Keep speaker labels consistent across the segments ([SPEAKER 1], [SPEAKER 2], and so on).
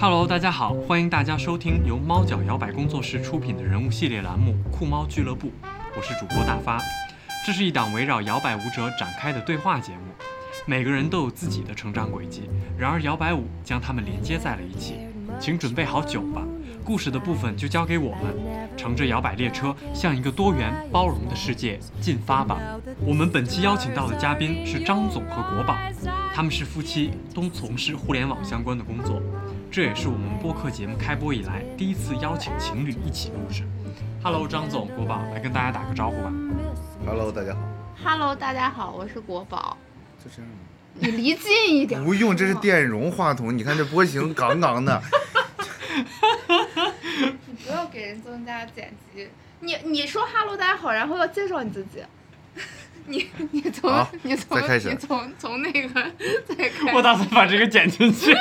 [SPEAKER 1] Hello，大家好，欢迎大家收听由猫脚摇摆工作室出品的人物系列栏目《酷猫俱乐部》，我是主播大发。这是一档围绕摇摆舞者展开的对话节目，每个人都有自己的成长轨迹，然而摇摆舞将他们连接在了一起。请准备好酒吧，故事的部分就交给我们，乘着摇摆列车，向一个多元包容的世界进发吧。我们本期邀请到的嘉宾是张总和国宝，他们是夫妻，都从事互联网相关的工作。这也是我们播客节目开播以来第一次邀请情侣一起录制。Hello，张总、国宝，来跟大家打个招呼吧。
[SPEAKER 2] Hello，大家好，
[SPEAKER 3] Hello，大家好，我是国宝。
[SPEAKER 2] 就这样吗。
[SPEAKER 3] 你离近一点。
[SPEAKER 2] 不用，这是电容话筒，你看这波形杠杠的。
[SPEAKER 3] 你不要给人增加剪辑。你你说 Hello，大家好，然后要介绍你自己。 你你从
[SPEAKER 2] 好
[SPEAKER 3] 你从
[SPEAKER 2] 再开始
[SPEAKER 3] 你从从那个再开
[SPEAKER 1] 我打算把这个剪进去，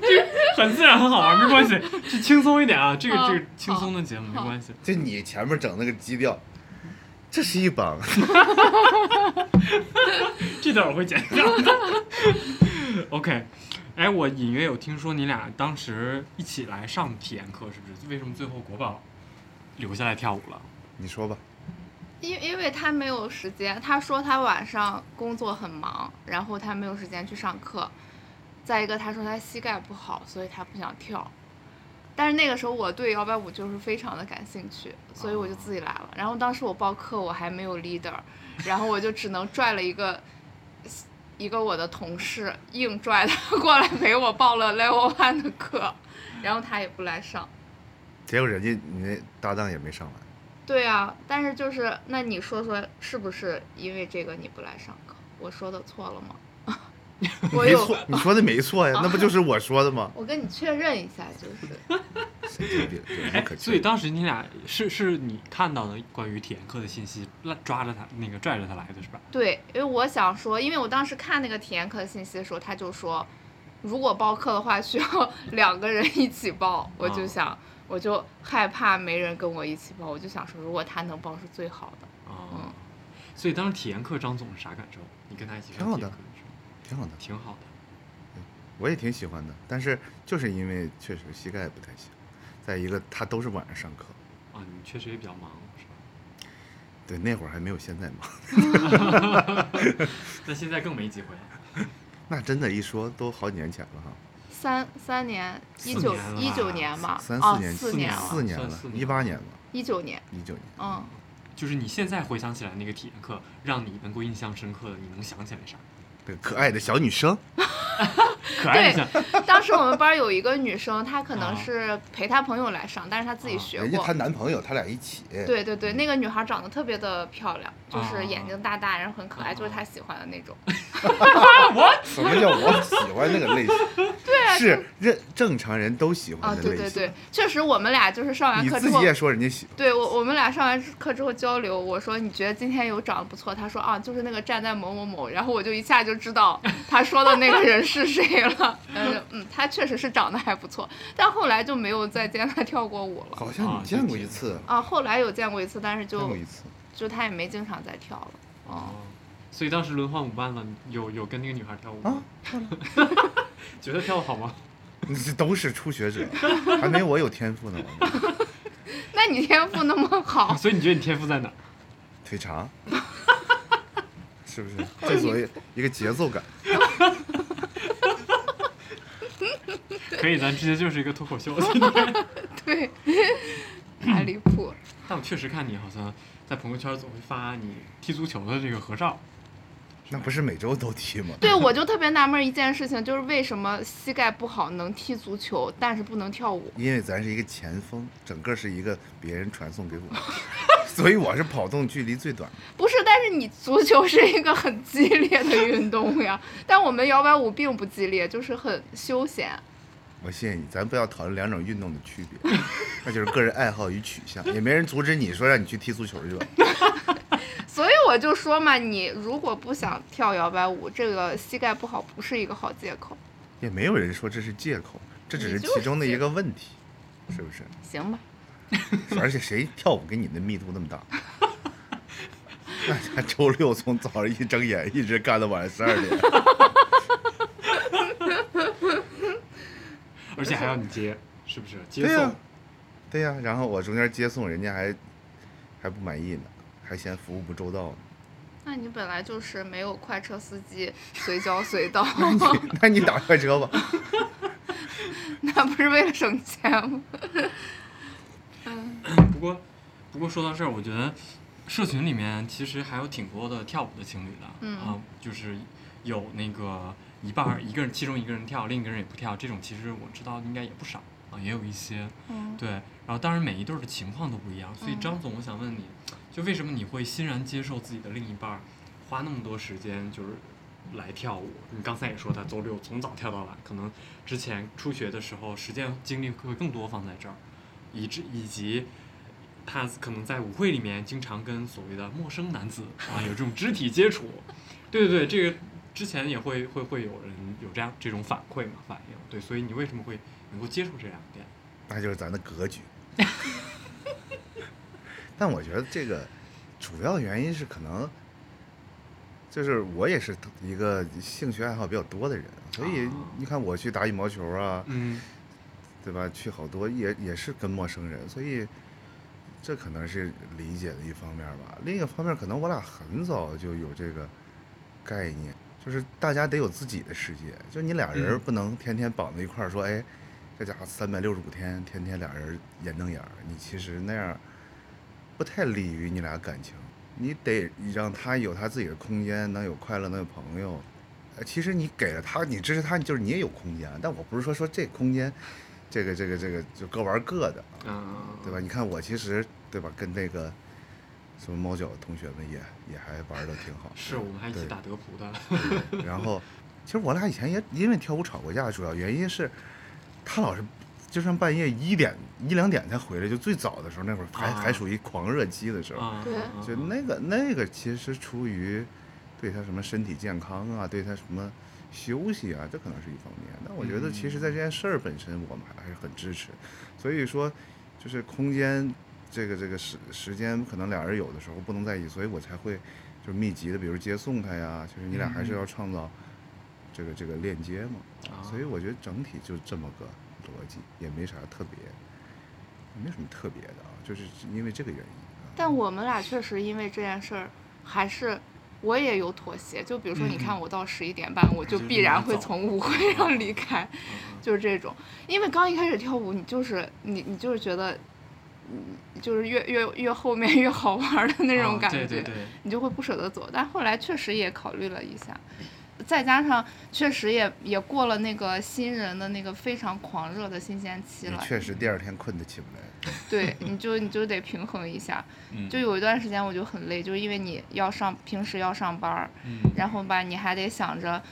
[SPEAKER 1] 这很自然，很好玩，没关系，就轻松一点啊。这个
[SPEAKER 3] 好
[SPEAKER 1] 这个轻松的节目没关系，
[SPEAKER 2] 就你前面整那个基调，这是一帮。
[SPEAKER 1] 这段我会剪掉的。OK，哎，我隐约有听说你俩当时一起来上体验课，是不是？为什么最后国宝留下来跳舞了？
[SPEAKER 2] 你说吧，
[SPEAKER 3] 因因为他没有时间，他说他晚上工作很忙，然后他没有时间去上课。再一个，他说他膝盖不好，所以他不想跳。但是那个时候我对摇摆舞就是非常的感兴趣，所以我就自己来了。然后当时我报课我还没有 leader，然后我就只能拽了一个一个我的同事，硬拽他过来陪我报了 level one 的课，然后他也不来上。
[SPEAKER 2] 结果人家你那搭档也没上来，
[SPEAKER 3] 对啊，但是就是，那你说说，是不是因为这个你不来上课？我说的错了吗？ 我
[SPEAKER 2] 没
[SPEAKER 3] 有，
[SPEAKER 2] 错，你说的没错呀，那不就是我说的吗？
[SPEAKER 3] 我跟你确认一下，就是
[SPEAKER 2] 神经病，有什么
[SPEAKER 1] 哎
[SPEAKER 2] 可，
[SPEAKER 1] 所以
[SPEAKER 2] 气的？
[SPEAKER 1] 当时你俩是是你看到的关于体验课的信息，拉抓着他那个拽着他来的是吧？
[SPEAKER 3] 对，因为我想说，因为我当时看那个体验课的信息的时候，他就说，如果报课的话需要 两个人一起报，我就
[SPEAKER 1] 哦
[SPEAKER 3] 想，我就害怕没人跟我一起报，我就想说，如果他能报是最好的。
[SPEAKER 1] 啊
[SPEAKER 3] 嗯，
[SPEAKER 1] 所以当时体验课张总是啥感受？你跟他一起上
[SPEAKER 2] 挺好
[SPEAKER 1] 体验课
[SPEAKER 2] 的
[SPEAKER 1] 的时候，
[SPEAKER 2] 挺好的，
[SPEAKER 1] 挺好的。
[SPEAKER 2] 我也挺喜欢的，但是就是因为确实膝盖不太行，再一个他都是晚上上课，
[SPEAKER 1] 啊，你确实也比较忙，是吧？
[SPEAKER 2] 对，那会儿还没有现在忙。
[SPEAKER 1] 但现在更没机会了。
[SPEAKER 2] 那真的，一说都好几年前了哈。
[SPEAKER 3] 三三年，一
[SPEAKER 1] 四
[SPEAKER 3] 九
[SPEAKER 1] 年了
[SPEAKER 3] 一九
[SPEAKER 1] 吧
[SPEAKER 3] 年嘛，
[SPEAKER 2] 三
[SPEAKER 3] 哦
[SPEAKER 2] 四年，
[SPEAKER 3] 四
[SPEAKER 2] 年
[SPEAKER 3] 年
[SPEAKER 2] 了，
[SPEAKER 3] 了，
[SPEAKER 2] 四年
[SPEAKER 1] 算
[SPEAKER 2] 了
[SPEAKER 1] 四，年
[SPEAKER 2] 一八年了，
[SPEAKER 3] 一九年，
[SPEAKER 2] 一九年。
[SPEAKER 3] 嗯。
[SPEAKER 1] 就是你现在回想起来那个体验课，让你能够印象深刻的，你能想起来啥？
[SPEAKER 2] 对，可爱的小女生，
[SPEAKER 1] 可爱一下，
[SPEAKER 3] 当时我们班儿有一个女生，她可
[SPEAKER 1] 啊
[SPEAKER 3] 能是陪她朋友来上，但是她自己
[SPEAKER 1] 啊
[SPEAKER 3] 学
[SPEAKER 2] 人家
[SPEAKER 3] 过
[SPEAKER 2] 她。男朋友，他俩一起。，
[SPEAKER 3] 对对对，那个女孩长得特别的漂亮，就
[SPEAKER 1] 啊
[SPEAKER 3] 是眼睛大大，然后很可
[SPEAKER 1] 啊
[SPEAKER 3] 爱，就是她喜欢的那种。
[SPEAKER 2] 什么叫我喜欢那个 类型？对，是认正常人都喜
[SPEAKER 3] 啊，
[SPEAKER 2] 欢的
[SPEAKER 3] 对
[SPEAKER 2] 类型。
[SPEAKER 3] 对对，确实我们俩就是上完
[SPEAKER 2] 你
[SPEAKER 3] 课之
[SPEAKER 2] 自
[SPEAKER 3] 后
[SPEAKER 2] 己，也说人家喜，
[SPEAKER 3] 对我我们俩上完课之后交流，我说你觉得今天有长得不错，她说啊就是那个站在某某某，然后我就一下就 知道她说的那个人是谁了。嗯嗯，她确实是长得还不错，但后来就没有再见她跳过舞了。
[SPEAKER 2] 好像
[SPEAKER 1] 啊
[SPEAKER 2] 你见过
[SPEAKER 1] 就
[SPEAKER 2] 一次，
[SPEAKER 3] 啊，后来有见过一次，但是
[SPEAKER 2] 见
[SPEAKER 3] 就
[SPEAKER 2] 过一次。
[SPEAKER 3] 就她也没经常再跳了。哦，
[SPEAKER 1] 哦，所以当时轮换舞伴了，有有跟那个女孩跳舞
[SPEAKER 2] 啊
[SPEAKER 1] 吗？觉得跳的好吗？，
[SPEAKER 2] 你这都是初学者，还没我有天赋呢。我们
[SPEAKER 3] 那你天赋那么好
[SPEAKER 1] 所以你觉得你天赋在哪？
[SPEAKER 2] 腿长，是不是？这所谓一个节奏感。
[SPEAKER 1] 可以，咱直接就是一个脱口秀。
[SPEAKER 3] 对，太离谱。
[SPEAKER 1] 但我确实看你好像在朋友圈总会发你踢足球的这个合照，
[SPEAKER 2] 那不是每周都踢吗？
[SPEAKER 3] 对，我就特别纳闷一件事情，就是为什么膝盖不好能踢足球，但是不能跳舞？
[SPEAKER 2] 因为咱是一个前锋，整个是一个别人传送给我， 所以我是跑动距离最短的。
[SPEAKER 3] 不是，但是你足球是一个很激烈的运动呀，但我们摇摆舞并不激烈，就是很休闲。
[SPEAKER 2] 我谢谢你，咱不要讨论两种运动的区别，那就是个人爱好与取向，也没人阻止你说让你去踢足球去了。
[SPEAKER 3] 所以我就说嘛，你如果不想跳摇摆舞，这个膝盖不好不是一个好借口，
[SPEAKER 2] 也没有人说这是借口，这只是其中的一个问题，是不是？
[SPEAKER 3] 行吧？
[SPEAKER 2] 而且谁跳舞跟你的密度那么大？ 那家周六从早上一睁眼一直干到晚上十二点，
[SPEAKER 1] 而且还要你接，是不是？接
[SPEAKER 2] 对呀、啊
[SPEAKER 1] 送，
[SPEAKER 2] 对呀、然后我中间接送人家还还不满意呢，还嫌服务不周到呢。
[SPEAKER 3] 那你本来就是没有快车司机随叫随到，
[SPEAKER 2] 那你打快车吧。
[SPEAKER 3] 那不是为了省钱吗？
[SPEAKER 1] 不过，不过说到这儿，我觉得社群里面其实还有挺多的跳舞的情侣的，
[SPEAKER 3] 嗯
[SPEAKER 1] 啊，就是有那个一半儿一个人，其中一个人跳，另一个人也不跳，这种其实我知道应该也不少啊，也有一些
[SPEAKER 3] 嗯，
[SPEAKER 1] 对。然后当然每一对儿的情况都不一样，所以
[SPEAKER 3] 嗯
[SPEAKER 1] 张总，我想问你，就为什么你会欣然接受自己的另一半儿花那么多时间就是？来跳舞，你刚才也说他周六从早跳到晚，可能之前初学的时候时间精力会更多放在这儿，以至以及他可能在舞会里面经常跟所谓的陌生男子啊有这种肢体接触，对对对，这个之前也会会会有人有这样这种反馈嘛反应，对，所以你为什么会能够接受这两点？
[SPEAKER 2] 那就是咱的格局。但我觉得这个主要原因是可能，就是我也是一个兴趣爱好比较多的人，所以
[SPEAKER 1] 啊
[SPEAKER 2] 你看我去打羽毛球啊，
[SPEAKER 1] 嗯，
[SPEAKER 2] 对吧？去好多也也是跟陌生人，所以这可能是理解的一方面吧。另一个方面，可能我俩很早就有这个概念，就是大家得有自己的世界，就你俩人
[SPEAKER 1] 嗯
[SPEAKER 2] 不能天天绑在一块儿说，哎，这家伙三百六十五天，天天俩人眼瞪眼儿，你其实那样不太利于你俩感情。你得让他有他自己的空间，能有快乐，能有朋友。呃其实你给了他，你支持他，就是你也有空间。但我不是说说这空间，这个这个这个就各玩各的，
[SPEAKER 1] 嗯
[SPEAKER 2] 对吧？？你看我其实对吧，跟那个什么猫脚同学们也也还玩的挺好。
[SPEAKER 1] 是我们还一起
[SPEAKER 2] 对
[SPEAKER 1] 打德扑的，
[SPEAKER 2] 然后，其实我俩以前也因为跳舞吵过架，主要原因是他老是就算半夜一点一两点才回来，就最早的时候那会儿还、
[SPEAKER 1] 啊
[SPEAKER 2] 还属于狂热期的时候，
[SPEAKER 1] 啊，
[SPEAKER 3] 对
[SPEAKER 1] 嗯
[SPEAKER 2] 就那个那个其实出于对他什么身体健康啊，对他什么休息啊，这可能是一方面。但我觉得其实，
[SPEAKER 1] 嗯
[SPEAKER 2] 在这件事儿本身，我们还是很支持。所以说，就是空间这个这个时时间，可能俩人有的时候不能在一起，所以我才会就是密集的，比如接送他呀，就是你俩还是要创造这个这个链接嘛。
[SPEAKER 1] 嗯啊
[SPEAKER 2] 所以我觉得整体就这么个逻辑，也没啥特别，没什么特别的啊，就是因为这个原因。啊。
[SPEAKER 3] 但我们俩确实因为这件事儿，还是我也有妥协。就比如说，你
[SPEAKER 1] 嗯
[SPEAKER 3] 看
[SPEAKER 1] 嗯
[SPEAKER 3] 我到十一点半，我就必然会从舞会上离开，
[SPEAKER 1] 嗯
[SPEAKER 3] 就是这种。因为刚一开始跳舞，你就是你你就是觉得，嗯，就是越越越后面越好玩儿的那种
[SPEAKER 1] 啊
[SPEAKER 3] 感觉。
[SPEAKER 1] 对对对，
[SPEAKER 3] 你就会不舍得走。但后来确实也考虑了一下，再加上确实也也过了那个新人的那个非常狂热的新鲜期
[SPEAKER 2] 你
[SPEAKER 3] 了，
[SPEAKER 2] 确实第二天困得起不来，
[SPEAKER 3] 对，你就你就得平衡一下。
[SPEAKER 1] 嗯
[SPEAKER 3] 就有一段时间我就很累，就是因为你要上平时要上班儿，
[SPEAKER 1] 嗯
[SPEAKER 3] 然后吧你还得想着。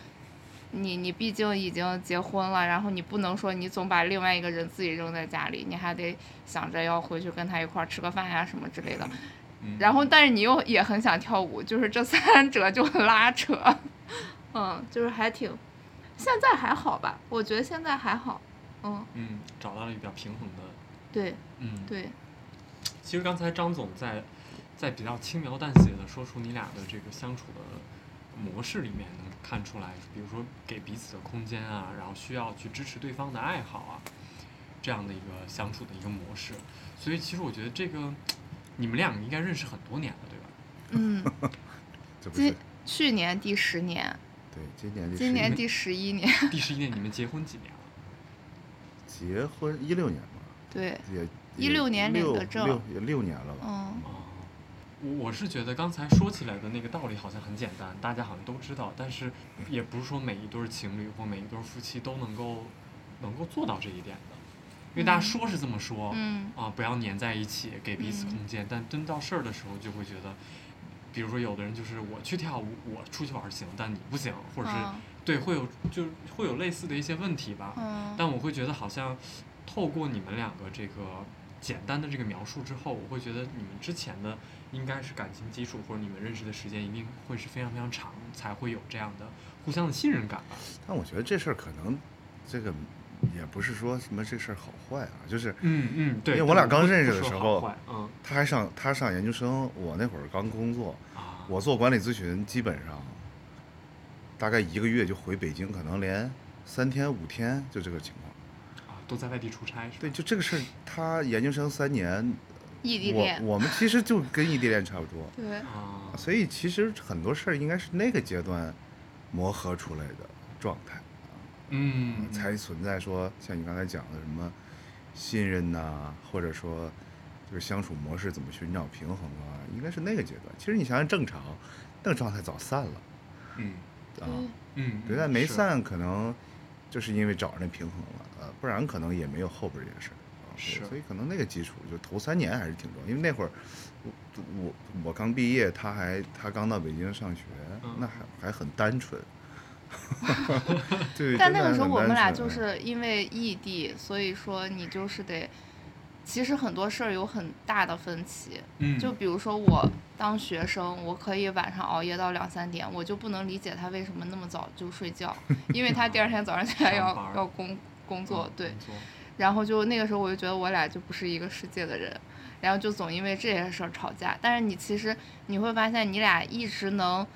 [SPEAKER 3] 你你毕竟已经结婚了，然后你不能说你总把另外一个人自己扔在家里，你还得想着要回去跟他一块儿吃个饭呀什么之类的。
[SPEAKER 1] 嗯
[SPEAKER 3] 然后，但是你又也很想跳舞，就是这三 者就很拉扯， 嗯，就是还挺，现在还好吧？我觉得现在还好，嗯，
[SPEAKER 1] 嗯，找到了一个比较平衡的，
[SPEAKER 3] 对
[SPEAKER 1] 嗯，
[SPEAKER 3] 对，
[SPEAKER 1] 其实刚才张总在在比较轻描淡写的说出你俩的这个相处的模式里面，能看出来，比如说给彼此的空间啊，然后需要去支持对方的爱好啊，这样的一个相处的一个模式。所以其实我觉得这个你们俩应该认识很多年了，对吧？
[SPEAKER 3] 嗯，
[SPEAKER 2] 这不是
[SPEAKER 3] 今？去年第十年，
[SPEAKER 2] 对，今年就
[SPEAKER 3] 今年
[SPEAKER 2] 11
[SPEAKER 3] 第十一年，
[SPEAKER 1] 第十一年你们结婚几年了？
[SPEAKER 2] 结婚一六年吧，
[SPEAKER 3] 对，
[SPEAKER 2] 也
[SPEAKER 3] 16年领
[SPEAKER 2] 六
[SPEAKER 3] 的证
[SPEAKER 2] 六也六年了吧？
[SPEAKER 3] 嗯
[SPEAKER 1] 哦，我我是觉得刚才说起来的那个道理好像很简单，大家好像都知道，但是也不是说每一对儿情侣或每一对儿夫妻都能够能够做到这一点的，因为大家
[SPEAKER 3] 嗯
[SPEAKER 1] 说是这么说，
[SPEAKER 3] 嗯
[SPEAKER 1] 啊，不要粘在一起，给彼此
[SPEAKER 3] 嗯
[SPEAKER 1] 空间，但真到事儿的时候就会觉得。比如说，有的人就是我去跳舞，我出去玩儿行，但你不行，或者是、
[SPEAKER 3] 嗯
[SPEAKER 1] 对会有就会有类似的一些问题吧。
[SPEAKER 3] 嗯
[SPEAKER 1] 但我会觉得好像透过你们两个这个简单的这个描述之后，我会觉得你们之前的应该是感情基础或者你们认识的时间一定会是非常非常长，才会有这样的互相的信任感吧。
[SPEAKER 2] 但我觉得这事儿可能这个也不是说什么这事儿好坏啊，就是
[SPEAKER 1] 嗯嗯，对。
[SPEAKER 2] 因为我俩
[SPEAKER 1] 但
[SPEAKER 2] 刚
[SPEAKER 1] 不
[SPEAKER 2] 认识
[SPEAKER 1] 不
[SPEAKER 2] 的
[SPEAKER 1] 说
[SPEAKER 2] 时
[SPEAKER 1] 好
[SPEAKER 2] 候
[SPEAKER 1] 坏嗯
[SPEAKER 2] 他还上他上研究生，我那会儿刚工作，
[SPEAKER 1] 啊，
[SPEAKER 2] 我做管理咨询，基本上大概一个月就回北京，可能连三天五天就这个情况。
[SPEAKER 1] 啊都在外地出差，是吧
[SPEAKER 2] 对，就这个事儿，他研究生三年，
[SPEAKER 3] 异地
[SPEAKER 2] 我
[SPEAKER 3] 恋，
[SPEAKER 2] 我们其实就跟异地恋差不多，
[SPEAKER 3] 对，
[SPEAKER 1] 啊，
[SPEAKER 2] 所以其实很多事儿应该是那个阶段磨合出来的状态，
[SPEAKER 1] 嗯，
[SPEAKER 2] 才存在说像你刚才讲的什么信任呐、或者说就是相处模式怎么寻找平衡啊，应该是那个阶段。其实你想想正常，那个状态早散了
[SPEAKER 1] 嗯
[SPEAKER 2] 啊，
[SPEAKER 3] 嗯
[SPEAKER 1] 嗯，
[SPEAKER 2] 对，但没
[SPEAKER 1] 是，
[SPEAKER 2] 散可能就是因为找着那平衡了，呃，不然可能也没有后边这件事儿。啊
[SPEAKER 1] 是
[SPEAKER 2] 所以可能那个基础就头三年还是挺重要，因为那会儿我我我刚毕业，他还他刚到北京上学，
[SPEAKER 1] 嗯
[SPEAKER 2] 那还还很单 纯。 对，
[SPEAKER 3] 但
[SPEAKER 2] 真的
[SPEAKER 3] 那个时候
[SPEAKER 2] 很
[SPEAKER 3] 我们
[SPEAKER 2] 单
[SPEAKER 3] 俩
[SPEAKER 2] 纯
[SPEAKER 3] 就
[SPEAKER 2] 嗯
[SPEAKER 3] 是因为异地，所以说你就是得，其实很多事儿有很大的分歧。
[SPEAKER 1] 嗯，
[SPEAKER 3] 就比如说我当学生，我可以晚上熬夜到两三点，我就不能理解他为什么那么早就睡觉，因为他第二天早上起来
[SPEAKER 1] 上班
[SPEAKER 3] 要
[SPEAKER 1] 儿嗯
[SPEAKER 3] 要工工作，对
[SPEAKER 1] 工。作，
[SPEAKER 3] 然后就那个时候我就觉得我俩就不是一个世界的人，然后就总因为这些事儿吵架。但是你其实你会发现，你俩一直能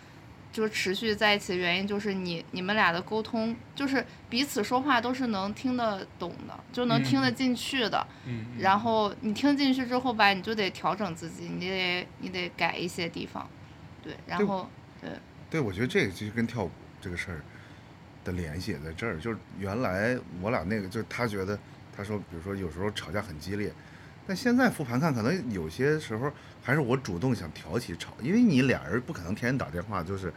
[SPEAKER 3] 就持续在一起的原因就是你你们俩的沟通，就是彼此说话都是能听得懂的，就能听得
[SPEAKER 1] 嗯
[SPEAKER 3] 进去的。
[SPEAKER 1] 嗯，嗯
[SPEAKER 3] 然后你听进去之后吧，你就得调整自己，你得你得改一些地方，对，然
[SPEAKER 2] 对
[SPEAKER 3] 后
[SPEAKER 2] 对，我觉得这个其实跟跳舞这个事儿的联系也在这儿，就是原来我俩那个，就是他觉得他说，比如说有时候吵架很激烈，但现在复盘看，可能有些时候还是我主动想挑起吵，因为你俩人不可能天天打电话，就是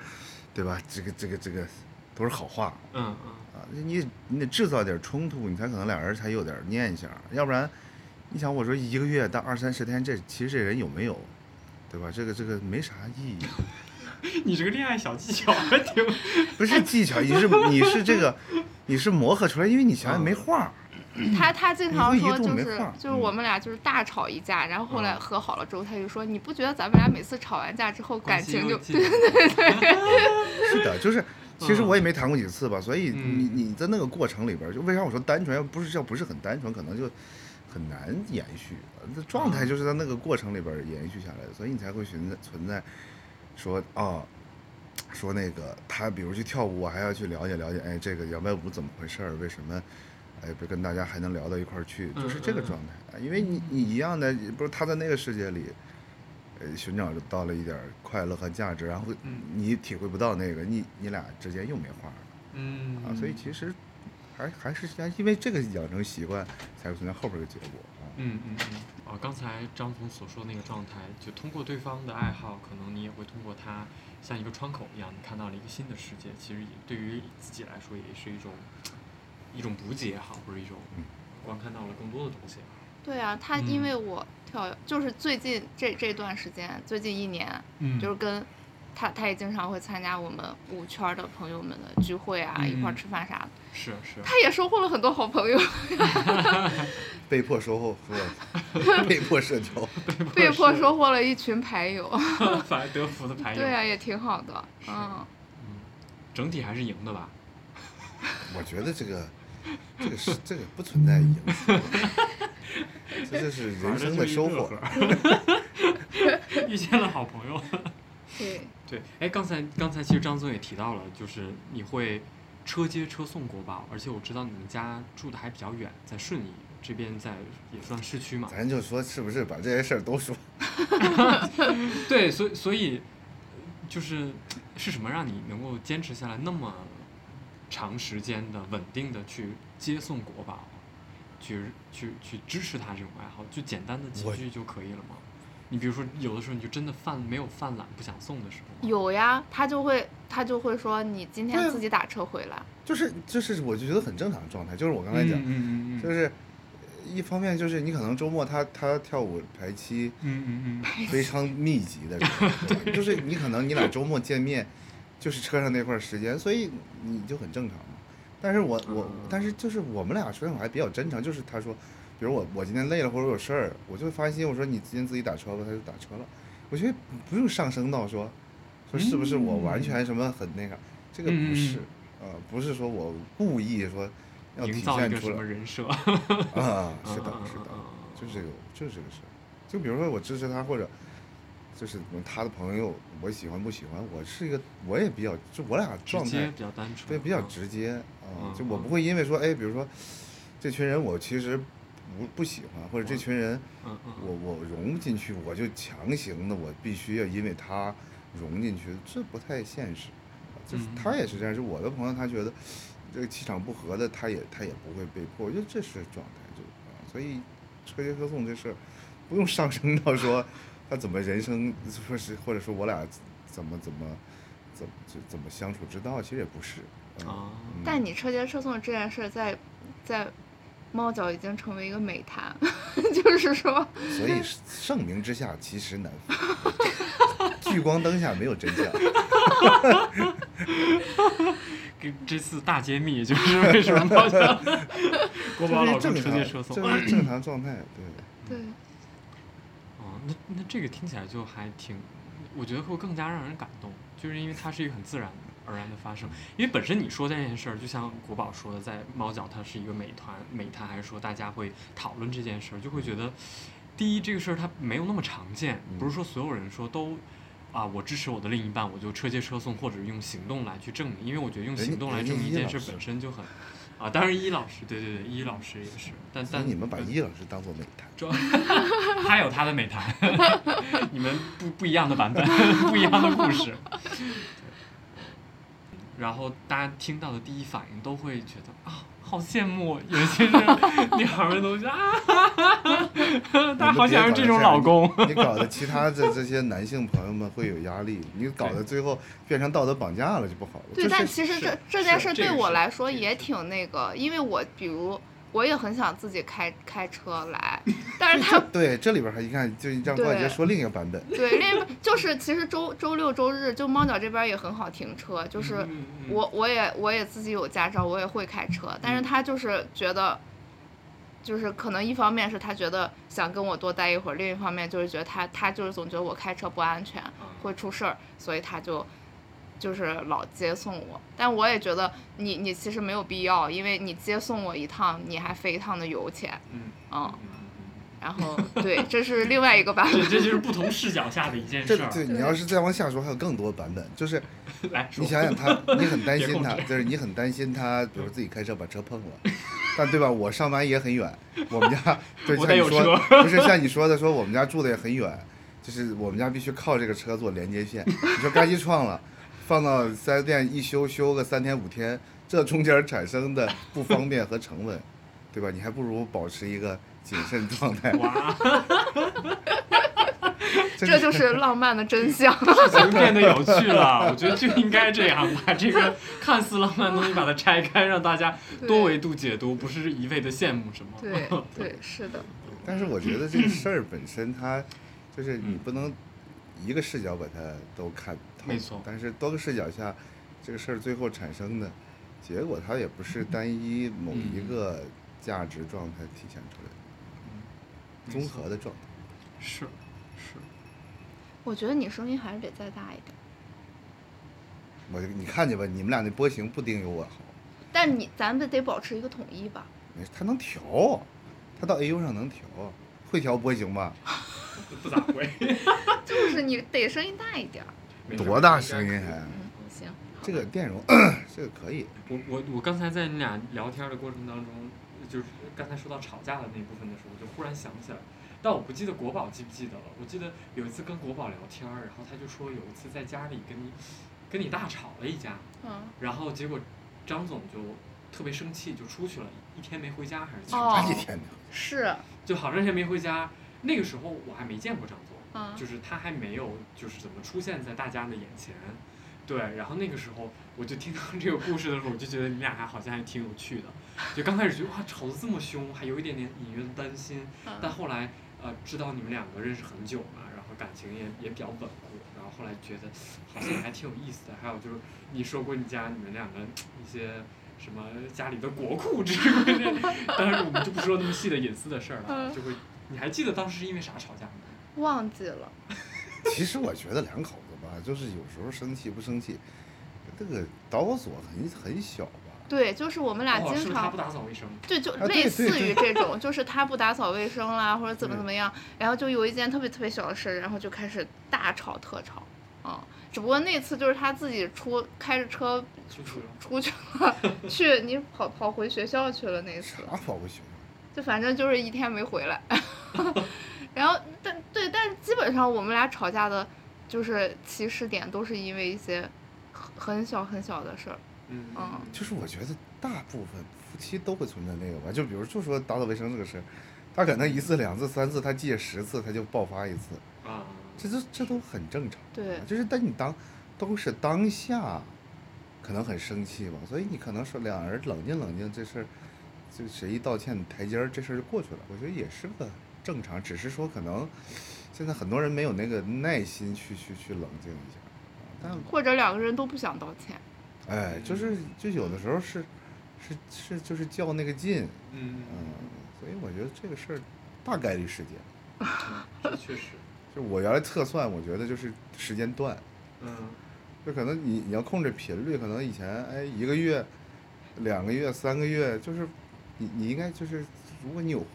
[SPEAKER 2] 对吧？这个这个这个都是好话
[SPEAKER 1] 嗯 嗯
[SPEAKER 2] 啊，你你得制造点冲突，你才可能俩人才有点念想，要不然你想我说一个月到二三十天，这其实这人有没有，对吧？这个这个没啥意义。
[SPEAKER 1] 你这个恋爱小技巧还挺，
[SPEAKER 2] 不是技巧，你是你是这个，你是磨合出来，因为你想想没话儿，
[SPEAKER 3] 他他经常
[SPEAKER 2] 你会一
[SPEAKER 3] 说
[SPEAKER 2] 度
[SPEAKER 3] 就
[SPEAKER 2] 没
[SPEAKER 3] 是
[SPEAKER 2] 话儿
[SPEAKER 3] 就是我们俩就是大吵一架，然后后来
[SPEAKER 1] 嗯
[SPEAKER 3] 和好了之后，他就说你不觉得咱们俩每次吵完架之后感情就
[SPEAKER 1] 对 对
[SPEAKER 2] 是的，就是。其实
[SPEAKER 1] 嗯
[SPEAKER 2] 我也没谈过几次吧，所以
[SPEAKER 1] 嗯
[SPEAKER 2] 你你在那个过程里边儿，就为啥我说单纯，要不是要不是很单纯，可能就很难延续。这状态就是在那个过程里边儿延续下来的，所以你才会存在存在说哦，说那个他比如去跳舞，我还要去了解了解，哎，这个摇摆舞怎么回事儿？为什么？哎，不跟大家还能聊到一块儿去，就是这
[SPEAKER 1] 嗯
[SPEAKER 2] 个
[SPEAKER 1] 嗯嗯
[SPEAKER 2] 状态。因为你你一样的，不是他在那个世界里，呃，寻找到了一点儿快乐和价值，然后
[SPEAKER 1] 嗯
[SPEAKER 2] 你体会不到那个，你你俩之间又没话儿
[SPEAKER 1] 嗯
[SPEAKER 2] 啊，所以其实还还是先因为这个养成习惯，才会存在后边儿的结果啊。
[SPEAKER 1] 嗯嗯嗯，啊，刚才张总所说的那个状态，就通过对方的爱好，可能你也会通过他像一个窗口一样，你看到了一个新的世界。其实也对于自己来说，也是一种一种补给也好，或者一种
[SPEAKER 2] 嗯
[SPEAKER 1] 观看到了更多的东西也好。
[SPEAKER 3] 对啊，他因为我跳就是最近这这段时间，最近一年
[SPEAKER 1] 嗯
[SPEAKER 3] 就是跟他他也经常会参加我们舞圈的朋友们的聚会啊，一块儿
[SPEAKER 1] 嗯
[SPEAKER 3] 吃饭啥的，
[SPEAKER 1] 是是，
[SPEAKER 3] 他也收获了很多好朋友，
[SPEAKER 2] 被迫售后，说 被迫社交，
[SPEAKER 3] 被迫收获了一群牌友，
[SPEAKER 1] 反而德芙的牌友，
[SPEAKER 3] 对啊，也挺好的，嗯。
[SPEAKER 1] 嗯，整体还是赢的吧？
[SPEAKER 2] 我觉得这个这个是这个不存在赢输，这就是人生的收获。
[SPEAKER 1] 遇见了好朋友。
[SPEAKER 3] 对，
[SPEAKER 1] 对，哎，刚才刚才其实张总也提到了，就是你会车接车送国宝，而且我知道你们家住的还比较远，在顺义这边在，也算市区嘛。
[SPEAKER 2] 咱就说是不是把这些事儿都说？
[SPEAKER 1] 对，所以所以呃就是是什么让你能够坚持下来那么长时间的稳定的去接送国宝，去去去支持他这种爱好，就简单的几
[SPEAKER 2] 我
[SPEAKER 1] 句就可以了吗？你比如说，有的时候你就真的犯没有犯懒不想送的时候吗，
[SPEAKER 3] 有呀，他就会他就会说你今
[SPEAKER 2] 对
[SPEAKER 3] 天
[SPEAKER 2] 啊
[SPEAKER 3] 自己打车回来，
[SPEAKER 2] 就是就是，我就觉得很正常的状态，就是我刚才
[SPEAKER 1] 嗯
[SPEAKER 2] 讲，
[SPEAKER 1] 嗯嗯嗯
[SPEAKER 2] 就是呃一方面就是你可能周末他他跳舞排期
[SPEAKER 1] 嗯嗯嗯，
[SPEAKER 2] 非常密集的时候，对吧就是你可能你俩周末见面，就是车上那块儿时间，所以你就很正常嘛。但是我我
[SPEAKER 1] 嗯
[SPEAKER 2] 但是就是我们俩说实话还比较真诚，就是他说，比如我我今天累了或者我有事儿，我就会发信息我说你今天自己打车吧，他就打车了。我觉得不用上升到说说是不是我完全什么很那个，这个不是啊、不是说我故意说要体
[SPEAKER 1] 嗯营造一
[SPEAKER 2] 现
[SPEAKER 1] 个
[SPEAKER 2] 出
[SPEAKER 1] 什
[SPEAKER 2] 来
[SPEAKER 1] 么人 设？
[SPEAKER 2] 啊，是的
[SPEAKER 1] 嗯
[SPEAKER 2] 是的。
[SPEAKER 1] 嗯
[SPEAKER 2] 就是这个，就是这个事儿。就比如说我支持他，或者就是他的朋友，我喜欢不喜欢，我是一个我也比较，就我俩
[SPEAKER 1] 直
[SPEAKER 2] 状
[SPEAKER 1] 接
[SPEAKER 2] 态
[SPEAKER 1] 比较单纯，
[SPEAKER 2] 对比较
[SPEAKER 1] 嗯。
[SPEAKER 2] 直接啊、
[SPEAKER 1] 嗯
[SPEAKER 2] 就我
[SPEAKER 1] 嗯
[SPEAKER 2] 不会因为说哎，比如说这群人我其实不不喜欢，或者这群人
[SPEAKER 1] 嗯嗯
[SPEAKER 2] 我我融不进去，我就强行的我必须要因为他融进去，这不太现实。就是
[SPEAKER 1] 嗯
[SPEAKER 2] 他也是这样，就我的朋友他觉得这个气场不合的，他也他也不会被迫，我觉得这是状态，就啊，所以车接车送这事儿不用上升到说他怎么人生，说是或者说我俩怎么怎么怎么怎怎么相处之道，其实也不是。嗯
[SPEAKER 1] 啊
[SPEAKER 2] 嗯
[SPEAKER 3] 但你车接车送这件事儿在在猫脚已经成为一个美谈， 就是说，
[SPEAKER 2] 所以盛名之下其实难副， 聚光灯下没有真相。
[SPEAKER 1] 给这次大揭秘就是为什么猫 脚锅巴老
[SPEAKER 2] 这
[SPEAKER 1] 公
[SPEAKER 2] 是
[SPEAKER 1] 车接车
[SPEAKER 2] 正常，
[SPEAKER 1] 送
[SPEAKER 2] 这是正常状态， 对，
[SPEAKER 3] 对，
[SPEAKER 1] 嗯哦，那那这个听起来就还挺，我觉得会更加让人感动，就是因为它是一个很自然而然的发
[SPEAKER 2] 嗯
[SPEAKER 1] 生。因为本身你说这件事儿，就像国宝说的，在猫脚它是一个美团美谈，还是说大家会讨论这件事儿，就会觉
[SPEAKER 2] 嗯
[SPEAKER 1] 得，第一这个事儿它没有那么常见，不是说所有人说都。啊，我支持我的另一半，我就车接车送，或者用行动来去证明，因为我觉得用
[SPEAKER 2] 人家
[SPEAKER 1] 行动来
[SPEAKER 2] 人家
[SPEAKER 1] 证明一
[SPEAKER 2] 伊
[SPEAKER 1] 件
[SPEAKER 2] 哎老
[SPEAKER 1] 事
[SPEAKER 2] 师
[SPEAKER 1] 本身就很，啊，当然伊老师，对对对，伊老师也是，但
[SPEAKER 2] 所以
[SPEAKER 1] 但
[SPEAKER 2] 你们把
[SPEAKER 1] 嗯
[SPEAKER 2] 伊老师当做美谈，
[SPEAKER 1] 这 他有他的美谈， 你们不不一样的版本， 不一样的故事。然后大家听到的第一反应都会觉得啊，好羡慕，有些 人女孩们都觉得啊，大家好想要这种老公。
[SPEAKER 2] 你搞得其他的这些男性朋友们会有压力，你搞得最后变成道德绑架了就不好了。
[SPEAKER 3] 对，
[SPEAKER 2] 这
[SPEAKER 3] 但
[SPEAKER 2] 是
[SPEAKER 3] 其实
[SPEAKER 1] 是
[SPEAKER 3] 这这
[SPEAKER 1] 是
[SPEAKER 3] 件事
[SPEAKER 1] 这
[SPEAKER 3] 对
[SPEAKER 1] 个
[SPEAKER 3] 我
[SPEAKER 1] 是
[SPEAKER 3] 来说
[SPEAKER 1] 这个
[SPEAKER 3] 也
[SPEAKER 1] 是
[SPEAKER 3] 挺那个，因为我比如我也很想自己开开车 来，但是他
[SPEAKER 2] 对这里边还一看就让冠杰
[SPEAKER 3] 对
[SPEAKER 2] 说另一个版本，
[SPEAKER 3] 对另一边就是其实周周六周日就猫脚这边也很好停车，就是
[SPEAKER 1] 嗯嗯
[SPEAKER 3] 我我也我也自己有驾照，我也会开车，但是
[SPEAKER 1] 嗯
[SPEAKER 3] 他就是觉得。就是可能一方面是他觉得想跟我多待一会儿，另一方面就是觉得他他就是总觉得我开车不安全，
[SPEAKER 1] 嗯
[SPEAKER 3] 会出事儿，所以他就就是老接送我。但我也觉得你你其实没有必要，因为你接送我一趟，你还费一趟的油钱，
[SPEAKER 1] 嗯嗯，
[SPEAKER 3] 嗯
[SPEAKER 1] 嗯
[SPEAKER 3] 然后对，这是另外一个版
[SPEAKER 1] 这
[SPEAKER 3] 本。
[SPEAKER 1] 这就是不同视角下的一件
[SPEAKER 2] 这
[SPEAKER 1] 事儿。
[SPEAKER 2] 对你要是再往下说还有更多版本，就是
[SPEAKER 1] 来说
[SPEAKER 2] 你，想想他，你很担
[SPEAKER 1] 别
[SPEAKER 2] 心
[SPEAKER 1] 控
[SPEAKER 2] 他，
[SPEAKER 1] 制
[SPEAKER 2] 就是你很担心他，比如自己开车把车 碰了，但对吧？我上班也很远，我们家对
[SPEAKER 1] 我
[SPEAKER 2] 像
[SPEAKER 1] 得
[SPEAKER 2] 你
[SPEAKER 1] 有。
[SPEAKER 2] 说，不是像你说的说我们家住的也很远，就是我们家必须靠这个车做连接线。你说干机创了， 放到四 S 店一修修个三天五天，这中间产生的不方便和成本，对吧？你还不如保持一个谨慎状态
[SPEAKER 1] 哇，
[SPEAKER 2] 真
[SPEAKER 3] 这就是浪漫的真相。
[SPEAKER 1] 事情变得有趣了。我觉得就应该这样，把这个看似浪漫的东西把它拆开，让大家多维度解读，不是一味的羡慕什么。
[SPEAKER 3] 对 对，是的，
[SPEAKER 2] 但是我觉得这 个事儿本身，它就是你
[SPEAKER 1] 嗯
[SPEAKER 2] 不能一个视角把它都看透，
[SPEAKER 1] 没错
[SPEAKER 2] 但是多个视角下，这个事儿最后产生的结果，它也不是单一某一个
[SPEAKER 1] 嗯
[SPEAKER 2] 价值状态体现出来的，综合的状态。
[SPEAKER 1] 是是，
[SPEAKER 3] 我觉得你声音还是得再大一点。
[SPEAKER 2] 我就你看见吧，你们俩那波形不丁有我好，
[SPEAKER 3] 但你咱们得保持一个统一吧。
[SPEAKER 2] 没事，它能调，它到 AU 上能调，会调波形吧？
[SPEAKER 1] 不咋会。
[SPEAKER 3] 就是你得声音大一点儿。
[SPEAKER 2] 多大声音还？
[SPEAKER 3] 嗯，行。
[SPEAKER 2] 这个电容， 这个可以。
[SPEAKER 1] 我我我刚才在你俩聊天的过程当中，就是刚才说到吵架的那部分的时候，我就忽然想起来，但我不记得国宝记不记得了。我记得有一次跟国宝聊天儿，然后他就说有一次在家里跟你跟你大吵了一架，
[SPEAKER 3] 嗯，
[SPEAKER 1] 然后结果张总就特别生气，就出去了，一天没回家还是怎么
[SPEAKER 3] 哦
[SPEAKER 1] 着？
[SPEAKER 2] 哎一天哪，
[SPEAKER 3] 是。
[SPEAKER 1] 就好长时间没回家。那个时候我还没见过张总，
[SPEAKER 3] 嗯
[SPEAKER 1] 就是他还没有就是怎么出现在大家的眼前，对。然后那个时候我就听到这个故事的时候，我就觉得你俩还好像还挺有趣的。就刚开始觉得哇吵得这么凶，还有一点点隐约的担心，但
[SPEAKER 3] 嗯
[SPEAKER 1] 后来呃知道你们两个认识很久嘛，然后感情也也比较稳固，然后后来觉得好像还挺有意思的。还有就是你说过你家你们两个一些什么家里的国库之类的，当然我们就不说那么细的隐私的事儿了啊，
[SPEAKER 3] 嗯
[SPEAKER 1] 就会你还记得当时是因为啥吵架吗？
[SPEAKER 3] 忘记了。
[SPEAKER 2] 其实我觉得两口子吧，就是有时候生气不生气，这个导索很很小吧。
[SPEAKER 3] 对，就是我们俩
[SPEAKER 1] 哦，是不
[SPEAKER 3] 经
[SPEAKER 1] 是他
[SPEAKER 3] 常
[SPEAKER 1] 不打扫卫生？
[SPEAKER 3] 对，就
[SPEAKER 2] 啊对
[SPEAKER 3] 类
[SPEAKER 2] 对
[SPEAKER 3] 似
[SPEAKER 2] 对
[SPEAKER 3] 于这种，就是他不打扫卫生啦，或者怎么
[SPEAKER 2] 对
[SPEAKER 3] 怎么样，然后就有一件特别特别小的事，然后就开始大吵特吵，嗯，只不过那次就是他自己出开着车
[SPEAKER 1] 出去了。
[SPEAKER 3] 出去了，去你跑跑回学校去了那次，
[SPEAKER 2] 啥跑不行？
[SPEAKER 3] 就反正就是一天没回 来。然后，但对，但是基本上我们俩吵架的，就是起始点都是因为一些很很小很小的事儿。
[SPEAKER 1] 嗯
[SPEAKER 3] 嗯
[SPEAKER 2] 就是我觉得大部分夫妻都会存在那个吧，就比如就说打扫卫生这个事儿，他可能一次、两次、三次，他记十次，他就爆发一次，
[SPEAKER 1] 啊，
[SPEAKER 2] 这都这都很正常。
[SPEAKER 3] 对，
[SPEAKER 2] 就是但你当都是当下，可能很生气吧，所以你可能说两人冷静冷静这事儿，就谁一道歉台阶儿，这事儿就过去了。我觉得也是个正常，只是说可能现在很多人没有那个耐心去去去冷静一下，但
[SPEAKER 3] 或者两个人都不想道歉。
[SPEAKER 2] 哎，就是就有的时候是是是就是较那个劲，
[SPEAKER 1] 嗯
[SPEAKER 2] 嗯，所以我觉得这个事儿大概率事件。
[SPEAKER 1] 这确实，
[SPEAKER 2] 就我原来测算，我觉得就是时间段，
[SPEAKER 1] 嗯
[SPEAKER 2] 就可能你你要控制频率，可能以前哎一个月、两个月、三个月，就是你你应该就是，如果你有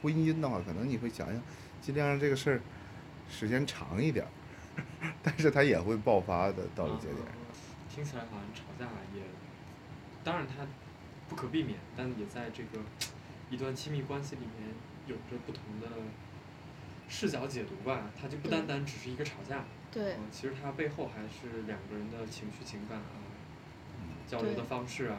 [SPEAKER 2] 婚姻的话，可能你会想想，尽量让这个事儿时间长一点儿， 但是它也会爆发的到了节点。
[SPEAKER 1] 啊听起来好像吵架也，当然它不可避免，但也在这个一段亲密关系里面有着不同的视角解读吧。它就不单
[SPEAKER 3] 对
[SPEAKER 1] 单只是一个吵架，
[SPEAKER 3] 对
[SPEAKER 1] 嗯，其实它背后还是两个人的情绪、情感啊，交流
[SPEAKER 3] 对
[SPEAKER 1] 的方式啊，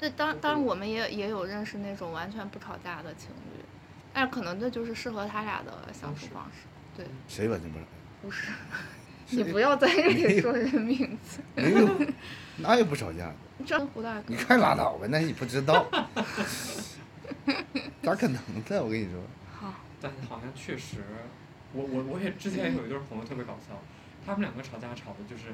[SPEAKER 3] 对，当
[SPEAKER 1] 对
[SPEAKER 3] 当然我们也也有认识那种完全不吵架的情侣，但是可能这就是适合他俩的相
[SPEAKER 1] 方
[SPEAKER 3] 处
[SPEAKER 1] 式
[SPEAKER 3] 方式。对，
[SPEAKER 2] 谁完全不了？
[SPEAKER 3] 不是，
[SPEAKER 2] 谁
[SPEAKER 3] 你不要在这
[SPEAKER 2] 没
[SPEAKER 3] 里
[SPEAKER 2] 有
[SPEAKER 3] 说人名字，嗯
[SPEAKER 2] 没有，哪有不吵架的？
[SPEAKER 3] 真胡大哥
[SPEAKER 2] 你。看拉倒吧，那你不知道， 咋可能呢？我跟你说，
[SPEAKER 3] 好，
[SPEAKER 1] 但好像确实，我我我也之前有一对朋友特别搞笑，他们两个吵架吵的就是，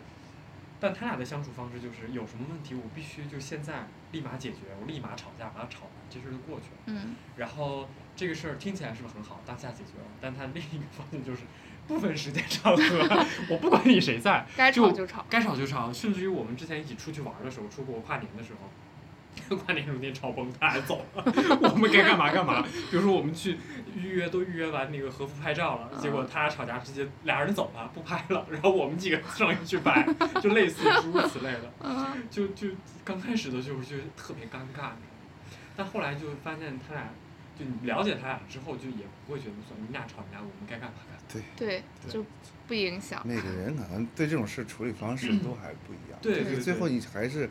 [SPEAKER 1] 但他俩的相处方式就是有什么问题我必须就现在立马解决，我立马吵架把它吵完，这事儿就过去了。
[SPEAKER 3] 嗯，
[SPEAKER 1] 然后这个事儿听起来是不是很好，当下解决了？但他另一个方面就是不分时间 场合，我不管你谁在，
[SPEAKER 3] 该吵
[SPEAKER 1] 就
[SPEAKER 3] 就吵。
[SPEAKER 1] 该吵就吵，甚至于我们之前一起出去玩儿的时候，出国跨年的时候， 跨年那天吵崩，他还走了， 我们该干嘛干嘛。比如说我们去预约都预约完那个和服拍照了，结果他俩吵架直接俩人走了，不拍了，然后我们几个上去去拍， 就类似诸如此类的。
[SPEAKER 3] 嗯，
[SPEAKER 1] 就就刚开始的时候就特别尴尬，你知道吗但后来就发现他俩，就你了解他俩之后，就也不会觉得说你俩吵架，我们该干嘛干嘛。
[SPEAKER 2] 对，
[SPEAKER 3] 对，
[SPEAKER 2] 对
[SPEAKER 3] 就不影响。
[SPEAKER 2] 每个人可能对这种事处理方式都还不一样。
[SPEAKER 1] 对
[SPEAKER 2] 就是
[SPEAKER 1] 对对
[SPEAKER 2] 最后你还是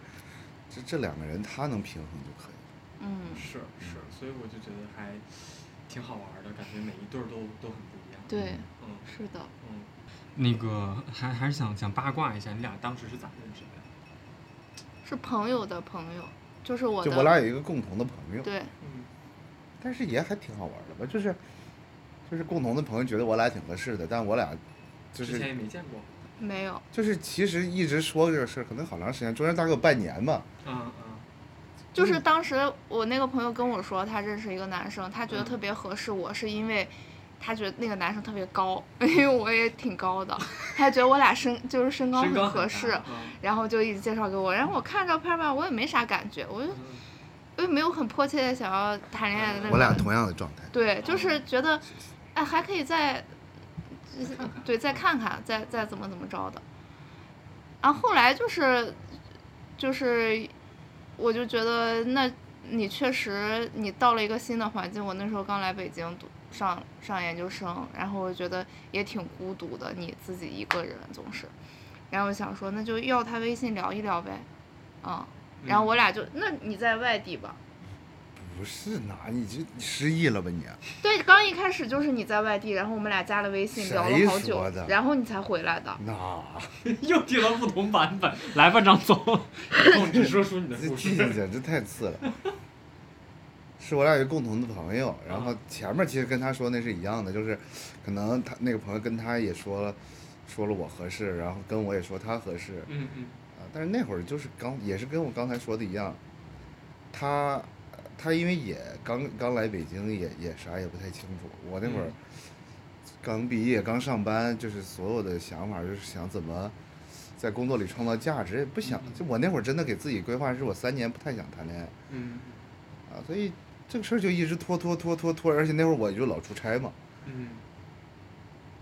[SPEAKER 2] 这这两个人他能平衡就可以了。
[SPEAKER 3] 嗯，
[SPEAKER 1] 是是，所以我就觉得还挺好玩的，感觉每一对儿都都很不一样。
[SPEAKER 3] 对，
[SPEAKER 1] 嗯
[SPEAKER 3] 是的。
[SPEAKER 1] 嗯。那个还还是想想八卦一下，你俩当时是咋认识的？
[SPEAKER 3] 是朋友的朋友，就是我
[SPEAKER 2] 就
[SPEAKER 3] 的。
[SPEAKER 2] 我俩有一个共同的朋友，
[SPEAKER 3] 对
[SPEAKER 1] 嗯，
[SPEAKER 2] 但是也还挺好玩的吧？就是就是共同的朋友觉得我俩挺合适的，但我俩就
[SPEAKER 1] 之前
[SPEAKER 2] 是
[SPEAKER 1] 也没见过。
[SPEAKER 3] 没有，
[SPEAKER 2] 就是其实一直说这个事儿，可能好长时间，中间大概有半年吧。
[SPEAKER 1] 嗯嗯
[SPEAKER 3] 就是当时我那个朋友跟我说，他认识一个男生，他觉得
[SPEAKER 1] 嗯
[SPEAKER 3] 特别合适我，是因为他觉得那个男生特别高，因为我也挺高的，他觉得我俩身就是身高
[SPEAKER 1] 身高
[SPEAKER 3] 很
[SPEAKER 1] 很
[SPEAKER 3] 合
[SPEAKER 1] 搭
[SPEAKER 3] 适，
[SPEAKER 1] 嗯
[SPEAKER 3] 然后就一直介绍给我，然后我看照片吧，我也没啥感觉，我就
[SPEAKER 1] 嗯
[SPEAKER 3] 我也没有很迫切的想要谈恋爱的那种。
[SPEAKER 2] 我俩同样的状态，
[SPEAKER 3] 对，就是觉得，哎，还可以再，就是
[SPEAKER 1] 看看
[SPEAKER 3] 对，再看看，再再怎么怎么着的。然后后来就是，就是，我就觉得，那你确实你到了一个新的环境。我那时候刚来北京读上上研究生，然后我觉得也挺孤独的，你自己一个人总是。然后我想说，那就要他微信聊一聊呗，嗯。然后我俩就，那你在外地吧？
[SPEAKER 2] 不是哪你这你失忆了吧你？啊
[SPEAKER 3] 对，刚一开始就是你在外地，然后我们俩加了微信，
[SPEAKER 2] 谁
[SPEAKER 3] 聊了好久
[SPEAKER 2] 说的，
[SPEAKER 3] 然后你才回来的。
[SPEAKER 2] 哪？
[SPEAKER 4] 又提到不同版本，来吧，张 总，
[SPEAKER 1] 以后你只说出你的
[SPEAKER 2] 这
[SPEAKER 1] 故
[SPEAKER 2] 记性
[SPEAKER 1] 事。
[SPEAKER 2] 简直太次了。是我俩有共同的朋友，然后前面其实跟他说那是一样的，就是可能他那个朋友跟他也说了，说了我合适，然后跟我也说他合适
[SPEAKER 1] 嗯嗯
[SPEAKER 2] 啊。但是那会儿就是刚也是跟我刚才说的一样，他他因为也刚刚来北京也，也啥也不太清楚。我那会儿
[SPEAKER 1] 嗯
[SPEAKER 2] 刚毕业刚上班，就是所有的想法就是想怎么在工作里创造价值，也不想
[SPEAKER 1] 嗯嗯
[SPEAKER 2] 就我那会儿真的给自己规划是我三年不太想谈恋爱。
[SPEAKER 1] 嗯
[SPEAKER 2] 啊，所以这个事儿就一直拖拖拖拖拖，而且那会儿我就老出差嘛。
[SPEAKER 1] 嗯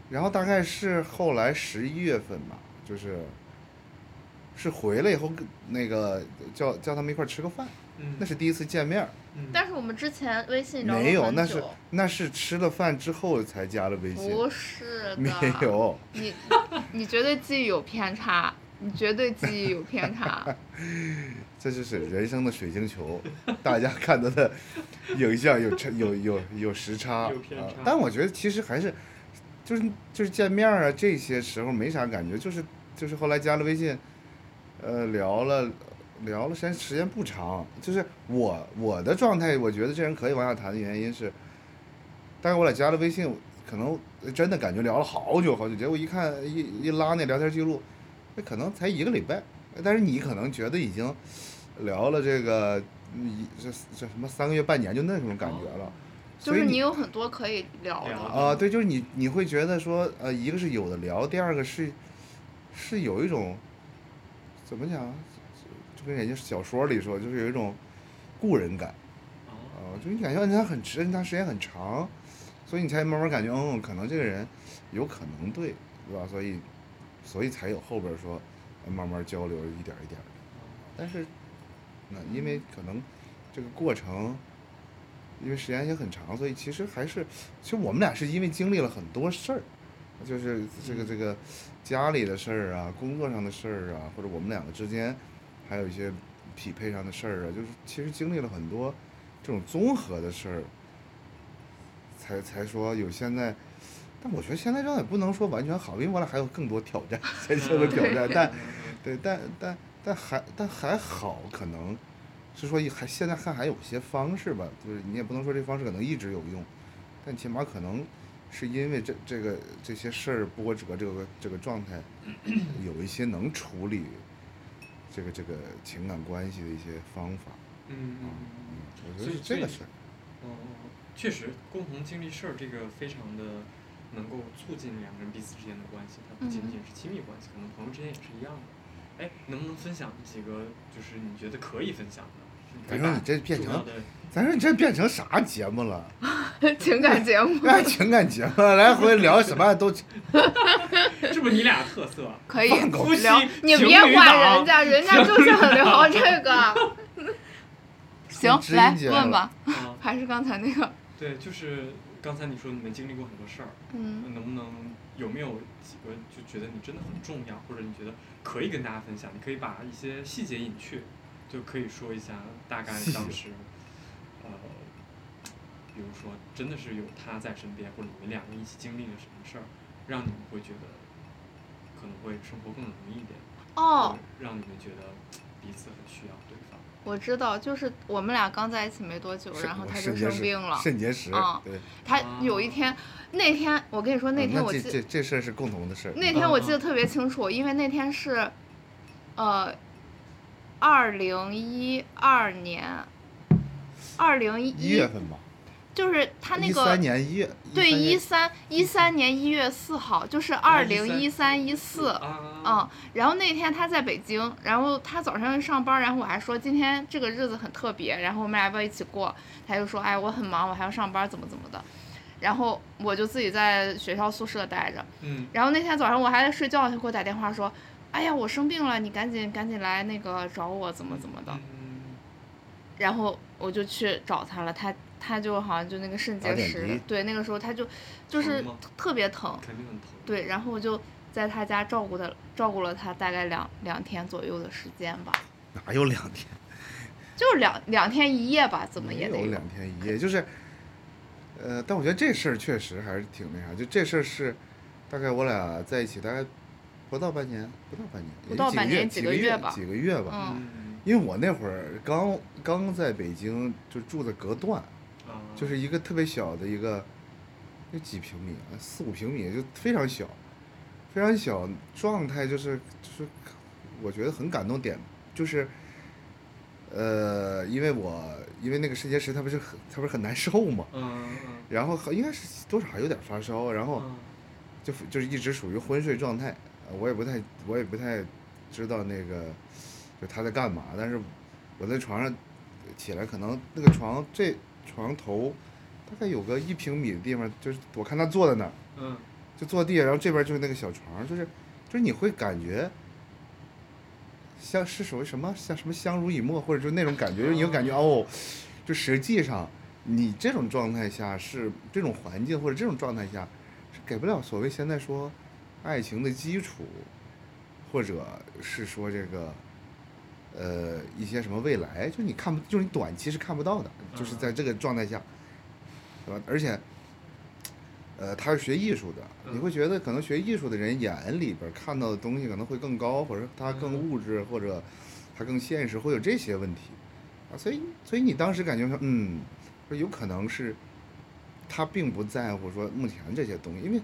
[SPEAKER 2] 然后大概是后来十一月份吧，就是是回来以后跟那个叫叫他们一块儿吃个饭，
[SPEAKER 1] 嗯，
[SPEAKER 2] 那是第一次见面儿，
[SPEAKER 1] 嗯
[SPEAKER 3] 但是我们之前微信聊了
[SPEAKER 2] 没有，
[SPEAKER 3] 很
[SPEAKER 2] 那是
[SPEAKER 3] 久
[SPEAKER 2] 那是吃了饭之后才加了微信，
[SPEAKER 3] 不是的，
[SPEAKER 2] 没有，
[SPEAKER 3] 你你绝对记忆有偏差，你绝对记忆有偏 差。
[SPEAKER 2] 这就是人生的水晶球，大家看到的影像有差有有有时差，
[SPEAKER 1] 有偏
[SPEAKER 2] 啊
[SPEAKER 1] 差
[SPEAKER 2] 但我觉得其实还是就是就是见面儿啊，这些时候没啥感觉，就是就是后来加了微信，呃，聊了聊了时间时间不长，就是我我的状态，我觉得这人可以往下谈的原因是，但是我俩加了微信，可能真的感觉聊了好久好久，结果一看一一拉那聊天记录，那可能才一个礼拜，哎但是你可能觉得已经聊了这个嗯一这这什么三个月半年就那种感觉了，
[SPEAKER 3] 就
[SPEAKER 2] 所以
[SPEAKER 3] 是
[SPEAKER 2] 你
[SPEAKER 3] 你有很多可以聊
[SPEAKER 1] 聊
[SPEAKER 3] 的，
[SPEAKER 2] 啊，对，就是你你会觉得说，呃，一个是有的聊，第二个是是有一种怎么讲啊，就跟人家小说里说，就是有一种故人感
[SPEAKER 1] 哦
[SPEAKER 2] 啊、就是你感觉他很认他时间很长，所以你才慢慢感觉，嗯，可能这个人有可能对，对吧？所以所以才有后边说呃慢慢交流一点儿一点儿的，但是那因为可能这个过程。因为时间也很长，所以其实还是，其实我们俩是因为经历了很多事儿，就是这个这个家里的事儿啊，工作上的事儿啊，或者我们两个之间还有一些匹配上的事儿啊，就是其实经历了很多这种综合的事儿，才才说有现在。但我觉得现在状态不能说完全好，因为我俩还有更多挑战， 人生的挑战。但
[SPEAKER 1] 嗯
[SPEAKER 2] 对，但但但还但还好，可能是说还现在看还有些方式吧，就是你也不能说这方式可能一直有用，但起码可能是因为这这个这些事儿波折，这个这个状态有一些能处理这个这个情感关系的一些方法。
[SPEAKER 1] 嗯嗯
[SPEAKER 2] 嗯
[SPEAKER 1] 嗯，
[SPEAKER 2] 我觉
[SPEAKER 1] 所
[SPEAKER 2] 得
[SPEAKER 1] 以
[SPEAKER 2] 是这个
[SPEAKER 1] 所以
[SPEAKER 2] 事儿，
[SPEAKER 1] 哦，确实，共同经历事儿这个非常的能够促进两个人彼此之间的关系，它不仅仅是亲密关系，可能朋友之间也是一样的。哎，能不能分享几个就是你觉得可以分享的？
[SPEAKER 2] 咱说你这变
[SPEAKER 1] 重要
[SPEAKER 2] 成，
[SPEAKER 1] 的
[SPEAKER 2] 咱说你这变成啥节目了？
[SPEAKER 3] 情感节目
[SPEAKER 2] 哎，情感节目，来回聊什么 都
[SPEAKER 1] 这不你俩特色？啊
[SPEAKER 3] 可以
[SPEAKER 2] 放狗
[SPEAKER 1] 夫妻
[SPEAKER 3] 聊。你别
[SPEAKER 1] 情侣
[SPEAKER 3] 管
[SPEAKER 1] 档
[SPEAKER 3] 人家，人家就想聊这 个。行，
[SPEAKER 2] 直
[SPEAKER 3] 来
[SPEAKER 2] 接
[SPEAKER 3] 问吧，
[SPEAKER 1] 啊，
[SPEAKER 3] 还是刚才那个，
[SPEAKER 1] 对，就是刚才你说你们经历过很多事儿，
[SPEAKER 3] 嗯，
[SPEAKER 1] 能不能有没有几个就觉得你真的很重要，或者你觉得可以跟大家分享？你可以把一些细节隐去，就可以说一下大概
[SPEAKER 2] 细节
[SPEAKER 1] 当时，呃，比如说真的是有他在身边，或者你们两个一起经历了什么事儿，让你们会觉得可能会生活更容易一点，
[SPEAKER 3] 哦，，
[SPEAKER 1] 让你们觉得彼此很需要对方。
[SPEAKER 3] 我知道，就是我们俩刚在一起没多久，然后他就生病了。
[SPEAKER 2] 肾结石
[SPEAKER 3] 嗯，
[SPEAKER 2] 对，
[SPEAKER 3] 他有一天，那天我跟你说，那
[SPEAKER 2] 啊
[SPEAKER 3] 天我
[SPEAKER 2] 这
[SPEAKER 3] 记
[SPEAKER 2] 这嗯这事儿是共同的事儿。
[SPEAKER 3] 那天我记得特别清楚，因为那天是，呃，二零一二年，二零
[SPEAKER 2] 一月份吧，
[SPEAKER 3] 就是他那
[SPEAKER 2] 一
[SPEAKER 3] 个
[SPEAKER 2] 三年一月，
[SPEAKER 3] 对，
[SPEAKER 2] 13
[SPEAKER 3] 一
[SPEAKER 2] 年
[SPEAKER 3] 三一三年一月四号，就是二零啊一三一四。
[SPEAKER 1] 啊，
[SPEAKER 3] 嗯，然后那天他在北京，然后他早上要上班，然后我还说今天这个日子很特别，然后我们俩要不要一起过？他就说，哎，我很忙，我还要上班，怎么怎么的。然后我就自己在学校宿舍待着。
[SPEAKER 1] 嗯，
[SPEAKER 3] 然后那天早上我还在睡觉，他给我打电话说，哎呀，我生病了，你赶紧赶紧来那个找我，怎么怎么的。
[SPEAKER 1] 嗯
[SPEAKER 3] 然后我就去找他了，他他就好像就那个肾
[SPEAKER 2] 打
[SPEAKER 3] 结
[SPEAKER 2] 点
[SPEAKER 3] 石
[SPEAKER 2] 滴，
[SPEAKER 3] 对，那个时候他就就是
[SPEAKER 1] 疼吗
[SPEAKER 3] 特别疼，
[SPEAKER 1] 肯定很疼。
[SPEAKER 3] 对，然后我就在他家照顾他，照顾了他大概两两天左右的时间吧，
[SPEAKER 2] 哪有两天？
[SPEAKER 3] 就是两两天一夜吧，怎么也得
[SPEAKER 2] 没有两天一夜，就是，呃，但我觉得这事儿确实还是挺那啥，就这事儿是，大概我俩在一起大概不到半年，不到半年，
[SPEAKER 3] 不到
[SPEAKER 2] 也
[SPEAKER 3] 半年
[SPEAKER 2] 几
[SPEAKER 3] 几
[SPEAKER 2] 个
[SPEAKER 3] 个
[SPEAKER 2] 月
[SPEAKER 3] 月吧
[SPEAKER 2] 几个月吧。
[SPEAKER 3] 嗯
[SPEAKER 1] 嗯
[SPEAKER 2] 因为我那会儿刚刚在北京，就住在隔断，
[SPEAKER 1] 啊，
[SPEAKER 2] 就是一个特别小的一个，有几平米啊，四五平米，就非常小，非常小，状态就是就是，我觉得很感动点就是，呃，因为我因为那个肾结石，他不是很他不是很难受嘛，
[SPEAKER 1] 嗯嗯
[SPEAKER 2] 然后好应该是多少还有点发烧，然后
[SPEAKER 1] 嗯
[SPEAKER 2] 就就是一直属于昏睡状态，呃我也不太我也不太知道那个就他在干嘛，但是我在床上起来，可能那个床这床头大概有个一平米的地方，就是我看他坐在那儿，
[SPEAKER 1] 嗯
[SPEAKER 2] 就坐地，然后这边就是那个小床，就是就就是你会感觉像是属于什么像什么相濡以沫，或者就那种感觉，就是你会感觉哦，就实际上你这种状态下是这种环境或者这种状态下是给不了所谓现在说爱情的基础，或者是说这个。呃，一些什么未来，就你看不，就是你短期是看不到的，就是在这个状态下，对吧？而且，呃，他是学艺术的，你会觉得可能学艺术的人眼里边看到的东西可能会更高，或者他更物质，或者他更现实，会有这些问题啊。所以，所以你当时感觉说，嗯，说有可能是他并不在乎说目前这些东西，因为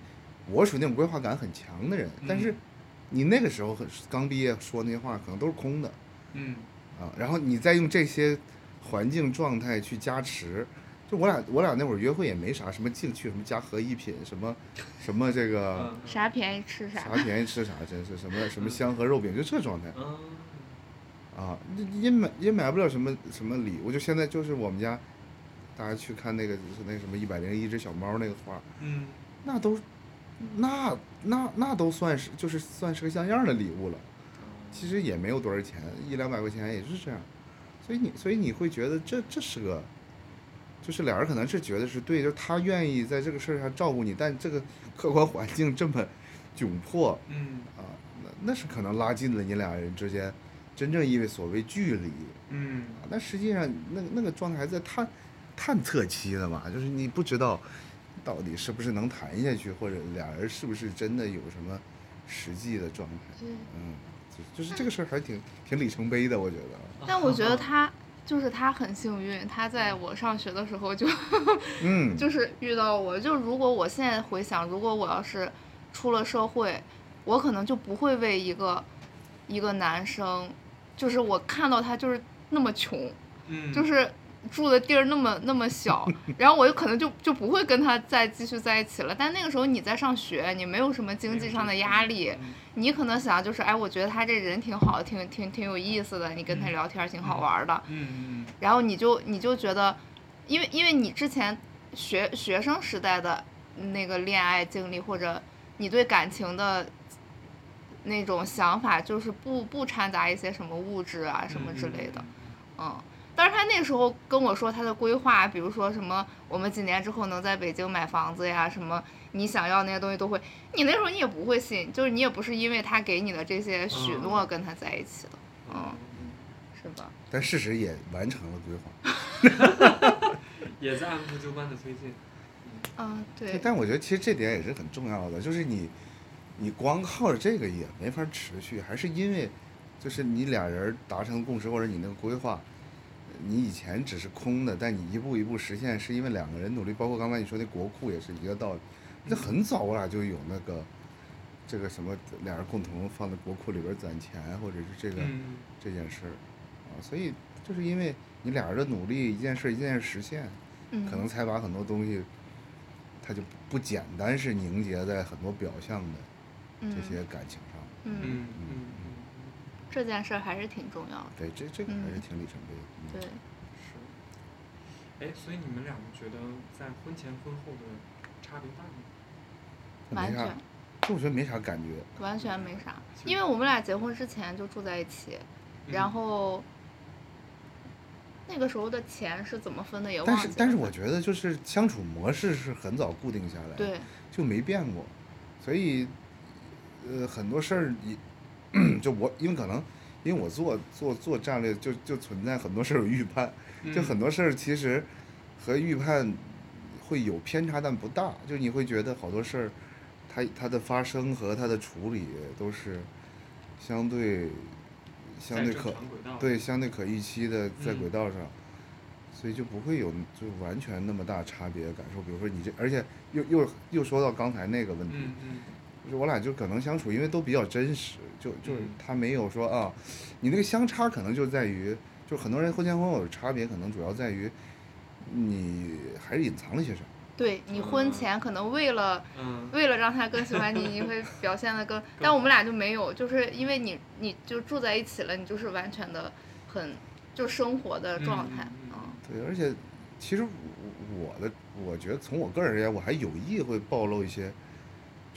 [SPEAKER 2] 我属于那种规划感很强的人，但是你那个时候很刚毕业说那些话，可能都是空的。
[SPEAKER 5] 嗯
[SPEAKER 2] 啊，然后你再用这些环境状态去加持，就我俩我俩那会儿约会也没啥什么兴趣，什么家和一品，什么什么这个
[SPEAKER 5] 嗯
[SPEAKER 3] 啥便宜吃啥
[SPEAKER 2] 啥。便宜吃啥，真是什么什么香河肉饼，就这状态
[SPEAKER 5] 嗯
[SPEAKER 2] 啊，那也买也买不了什么什么礼物，就现在就是我们家，大家去看那个就是那什么一百零一只小猫那个画，
[SPEAKER 5] 嗯
[SPEAKER 2] 那都那那那都算是就是算是个像样儿的礼物了。其实也没有多少钱，一两百块钱也是这样，所以你所以你会觉得这这是个，就是俩人可能是觉得是对，就是他愿意在这个事儿上照顾你，但这个客观环境这么窘迫
[SPEAKER 5] 嗯
[SPEAKER 2] 啊，那那是可能拉近了你俩人之间真正意味所谓距离
[SPEAKER 5] 嗯
[SPEAKER 2] 啊，但实际上那个那个状态还在探探测期的嘛，就是你不知道到底是不是能谈下去，或者俩人是不是真的有什么实际的状态。
[SPEAKER 3] 嗯
[SPEAKER 2] 嗯，就就是这个事儿还挺挺里程碑的，我觉得。
[SPEAKER 3] 但我觉得他就是他很幸运，他在我上学的时 候就
[SPEAKER 2] 嗯，
[SPEAKER 3] 就是遇到我。就如果我现在回想，如果我要是出了社会，我可能就不会为一个一个男生，就是我看到他就是那么穷，
[SPEAKER 5] 嗯
[SPEAKER 3] 就是住的地儿那么那么 小，然后我就可能就就不会跟他再继续在一起了。但那个时候你在上学，你没有什么经济上的压力，你可能想就是，哎，我觉得他这人挺好，挺挺挺有意思的，你跟他
[SPEAKER 5] 嗯
[SPEAKER 3] 聊天儿挺好玩儿的，
[SPEAKER 5] 嗯嗯
[SPEAKER 3] 然后你就你就觉得，因为因为你之前学学生时代的那个恋爱经历，或者你对感情的那种想法，就是不不掺杂一些什么物质啊什么之类的，嗯。但是他那时候跟我说他的规划，比如说什么我们几年之后能在北京买房子呀，什么你想要那些东西都会，你那时候你也不会信，就是你也不是因为他给你的这些许诺跟他在一起的，嗯，是吧？
[SPEAKER 2] 但事实也完成了规划。
[SPEAKER 5] 也在按部就班的推进。
[SPEAKER 3] 嗯，对。
[SPEAKER 2] 但我觉得其实这点也是很重要的，就是你你光靠着这个也没法持续，还是因为就是你俩人达成共识或者你那个规划。你以前只是空的，但你一步一步实现，是因为两个人努力。包括刚才你说那国库也是一个道理。这很早我俩就有那个，这个什么俩人共同放在国库里边攒钱，或者是这个、
[SPEAKER 5] 嗯
[SPEAKER 2] 这件事儿啊，所以就是因为你俩人的努力，一件事儿一件事儿实现，
[SPEAKER 3] 嗯
[SPEAKER 2] 可能才把很多东西，它就不简单是凝结在很多表象的这些感情上。
[SPEAKER 3] 嗯嗯，
[SPEAKER 5] 嗯嗯
[SPEAKER 3] 这件事儿还是挺重要的。
[SPEAKER 2] 对，这这个还是
[SPEAKER 3] 嗯
[SPEAKER 2] 挺里程碑的。嗯
[SPEAKER 3] 对，
[SPEAKER 5] 是。哎，所以你们两个觉得在婚前婚后的差别大吗？
[SPEAKER 2] 这
[SPEAKER 3] 完
[SPEAKER 2] 没啥
[SPEAKER 3] 全，
[SPEAKER 2] 这我觉得没啥感觉。
[SPEAKER 3] 完全没啥，因为我们俩结婚之前就住在一起，
[SPEAKER 2] 嗯
[SPEAKER 3] 然后那个时候的钱是怎么分的也忘
[SPEAKER 2] 但
[SPEAKER 3] 记
[SPEAKER 2] 是
[SPEAKER 3] 了。
[SPEAKER 2] 但是我觉得就是相处模式是很早固定下来的，
[SPEAKER 3] 对，
[SPEAKER 2] 就没变过，所以，呃，很多事儿你 就我因为可能因为我做做做战略就就存在很多事儿有预判，
[SPEAKER 1] 嗯
[SPEAKER 2] 就很多事儿其实和预判会有偏差，但不大。就你会觉得好多事儿，它它的发生和它的处理都是相对相对可对相对可预期的在轨
[SPEAKER 5] 嗯
[SPEAKER 2] 道上，所以就不会有就完全那么大差别感受。比如说你这，而且又又又说到刚才那个问题，
[SPEAKER 5] 嗯嗯
[SPEAKER 2] 就是我俩就可能相处，因为都比较真实，就就是
[SPEAKER 5] 嗯
[SPEAKER 2] 他没有说啊，你那个相差可能就在于，就很多人婚前婚后有差别，可能主要在于你还是隐藏了些啥。
[SPEAKER 3] 对你婚前可能为了
[SPEAKER 5] 嗯
[SPEAKER 3] 为了让他更喜欢你，你会表现 的更，但我们俩就没有，就是因为你你就住在一起了，你就是完全的很就生活的状态，
[SPEAKER 5] 嗯嗯嗯
[SPEAKER 3] 嗯
[SPEAKER 2] 对，而且其实我我的我觉得从我个人而言，我还有意会暴露一些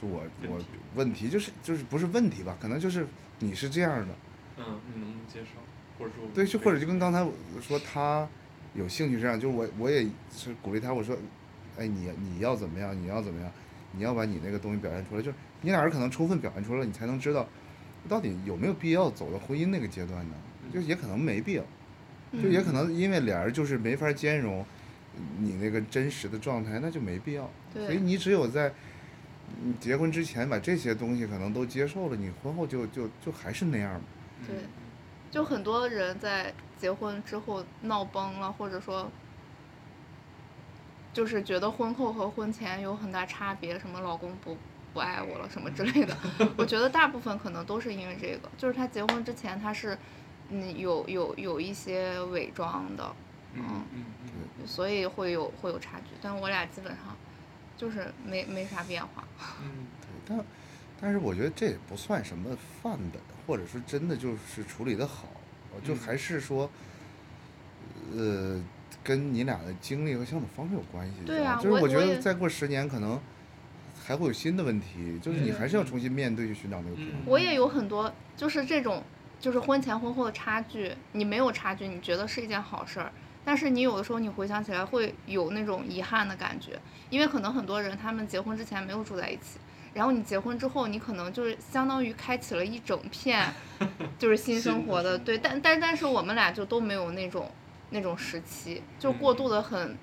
[SPEAKER 2] 就我
[SPEAKER 5] 问
[SPEAKER 2] 我
[SPEAKER 5] 题
[SPEAKER 2] 问题就是就是不是问题吧，可能就是你是这样的，
[SPEAKER 5] 嗯，你能不能接受？或者说
[SPEAKER 2] 对，就或者就跟刚才我说他有兴趣这样，就是我我也是鼓励他，我说，哎，你你要怎么样，你要怎么样，你要把你那个东西表现出来，就是你俩人可能充分表现出来，你才能知道到底有没有必要走到婚姻那个阶段呢？就也可能没必要，就也可能因为俩人就是没法兼容你那个真实的状态，那就没必要。所以
[SPEAKER 3] 对，
[SPEAKER 2] 你只有在嗯结婚之前把这些东西可能都接受了，你婚后就就就还是那样嘛。
[SPEAKER 3] 对就很多人在结婚之后闹崩了，或者说。就是觉得婚后和婚前有很大差别，什么老公不不爱我了什么之类的，我觉得大部分可能都是因为这个，就是他结婚之前他是，嗯，有有有一些伪装的，
[SPEAKER 5] 嗯嗯嗯
[SPEAKER 3] 所以会有会有差距，但我俩基本上就是没没啥变化。
[SPEAKER 5] 嗯
[SPEAKER 2] 对，但但是我觉得这也不算什么犯本，或者说真的就是处理的好，我就
[SPEAKER 5] 嗯
[SPEAKER 2] 还是说，呃，跟你俩的经历和相处方式有关系。
[SPEAKER 3] 对
[SPEAKER 2] 是吧
[SPEAKER 3] 啊
[SPEAKER 2] 就是
[SPEAKER 3] 我
[SPEAKER 2] 我觉
[SPEAKER 3] 我
[SPEAKER 2] 得
[SPEAKER 3] 也
[SPEAKER 2] 再过十年可能还会有新的问题，就是你
[SPEAKER 5] 嗯
[SPEAKER 2] 还是要重新面对去寻找那
[SPEAKER 5] 嗯
[SPEAKER 2] 个平衡。
[SPEAKER 3] 我也有很多就是这种，就是婚前婚后的差距，你没有差距，你觉得是一件好事儿，但是你有的时候你回想起来会有那种遗憾的感觉，因为可能很多人他们结婚之前没有住在一起。然后你结婚之后，你可能就是相当于开启了一整 片，就是新
[SPEAKER 5] 新
[SPEAKER 3] 生
[SPEAKER 5] 的
[SPEAKER 3] 活的
[SPEAKER 5] 生
[SPEAKER 3] 对，
[SPEAKER 5] 活
[SPEAKER 3] 但但但是我们俩就都没有那种那种时期，就过
[SPEAKER 5] 嗯
[SPEAKER 3] 度的很，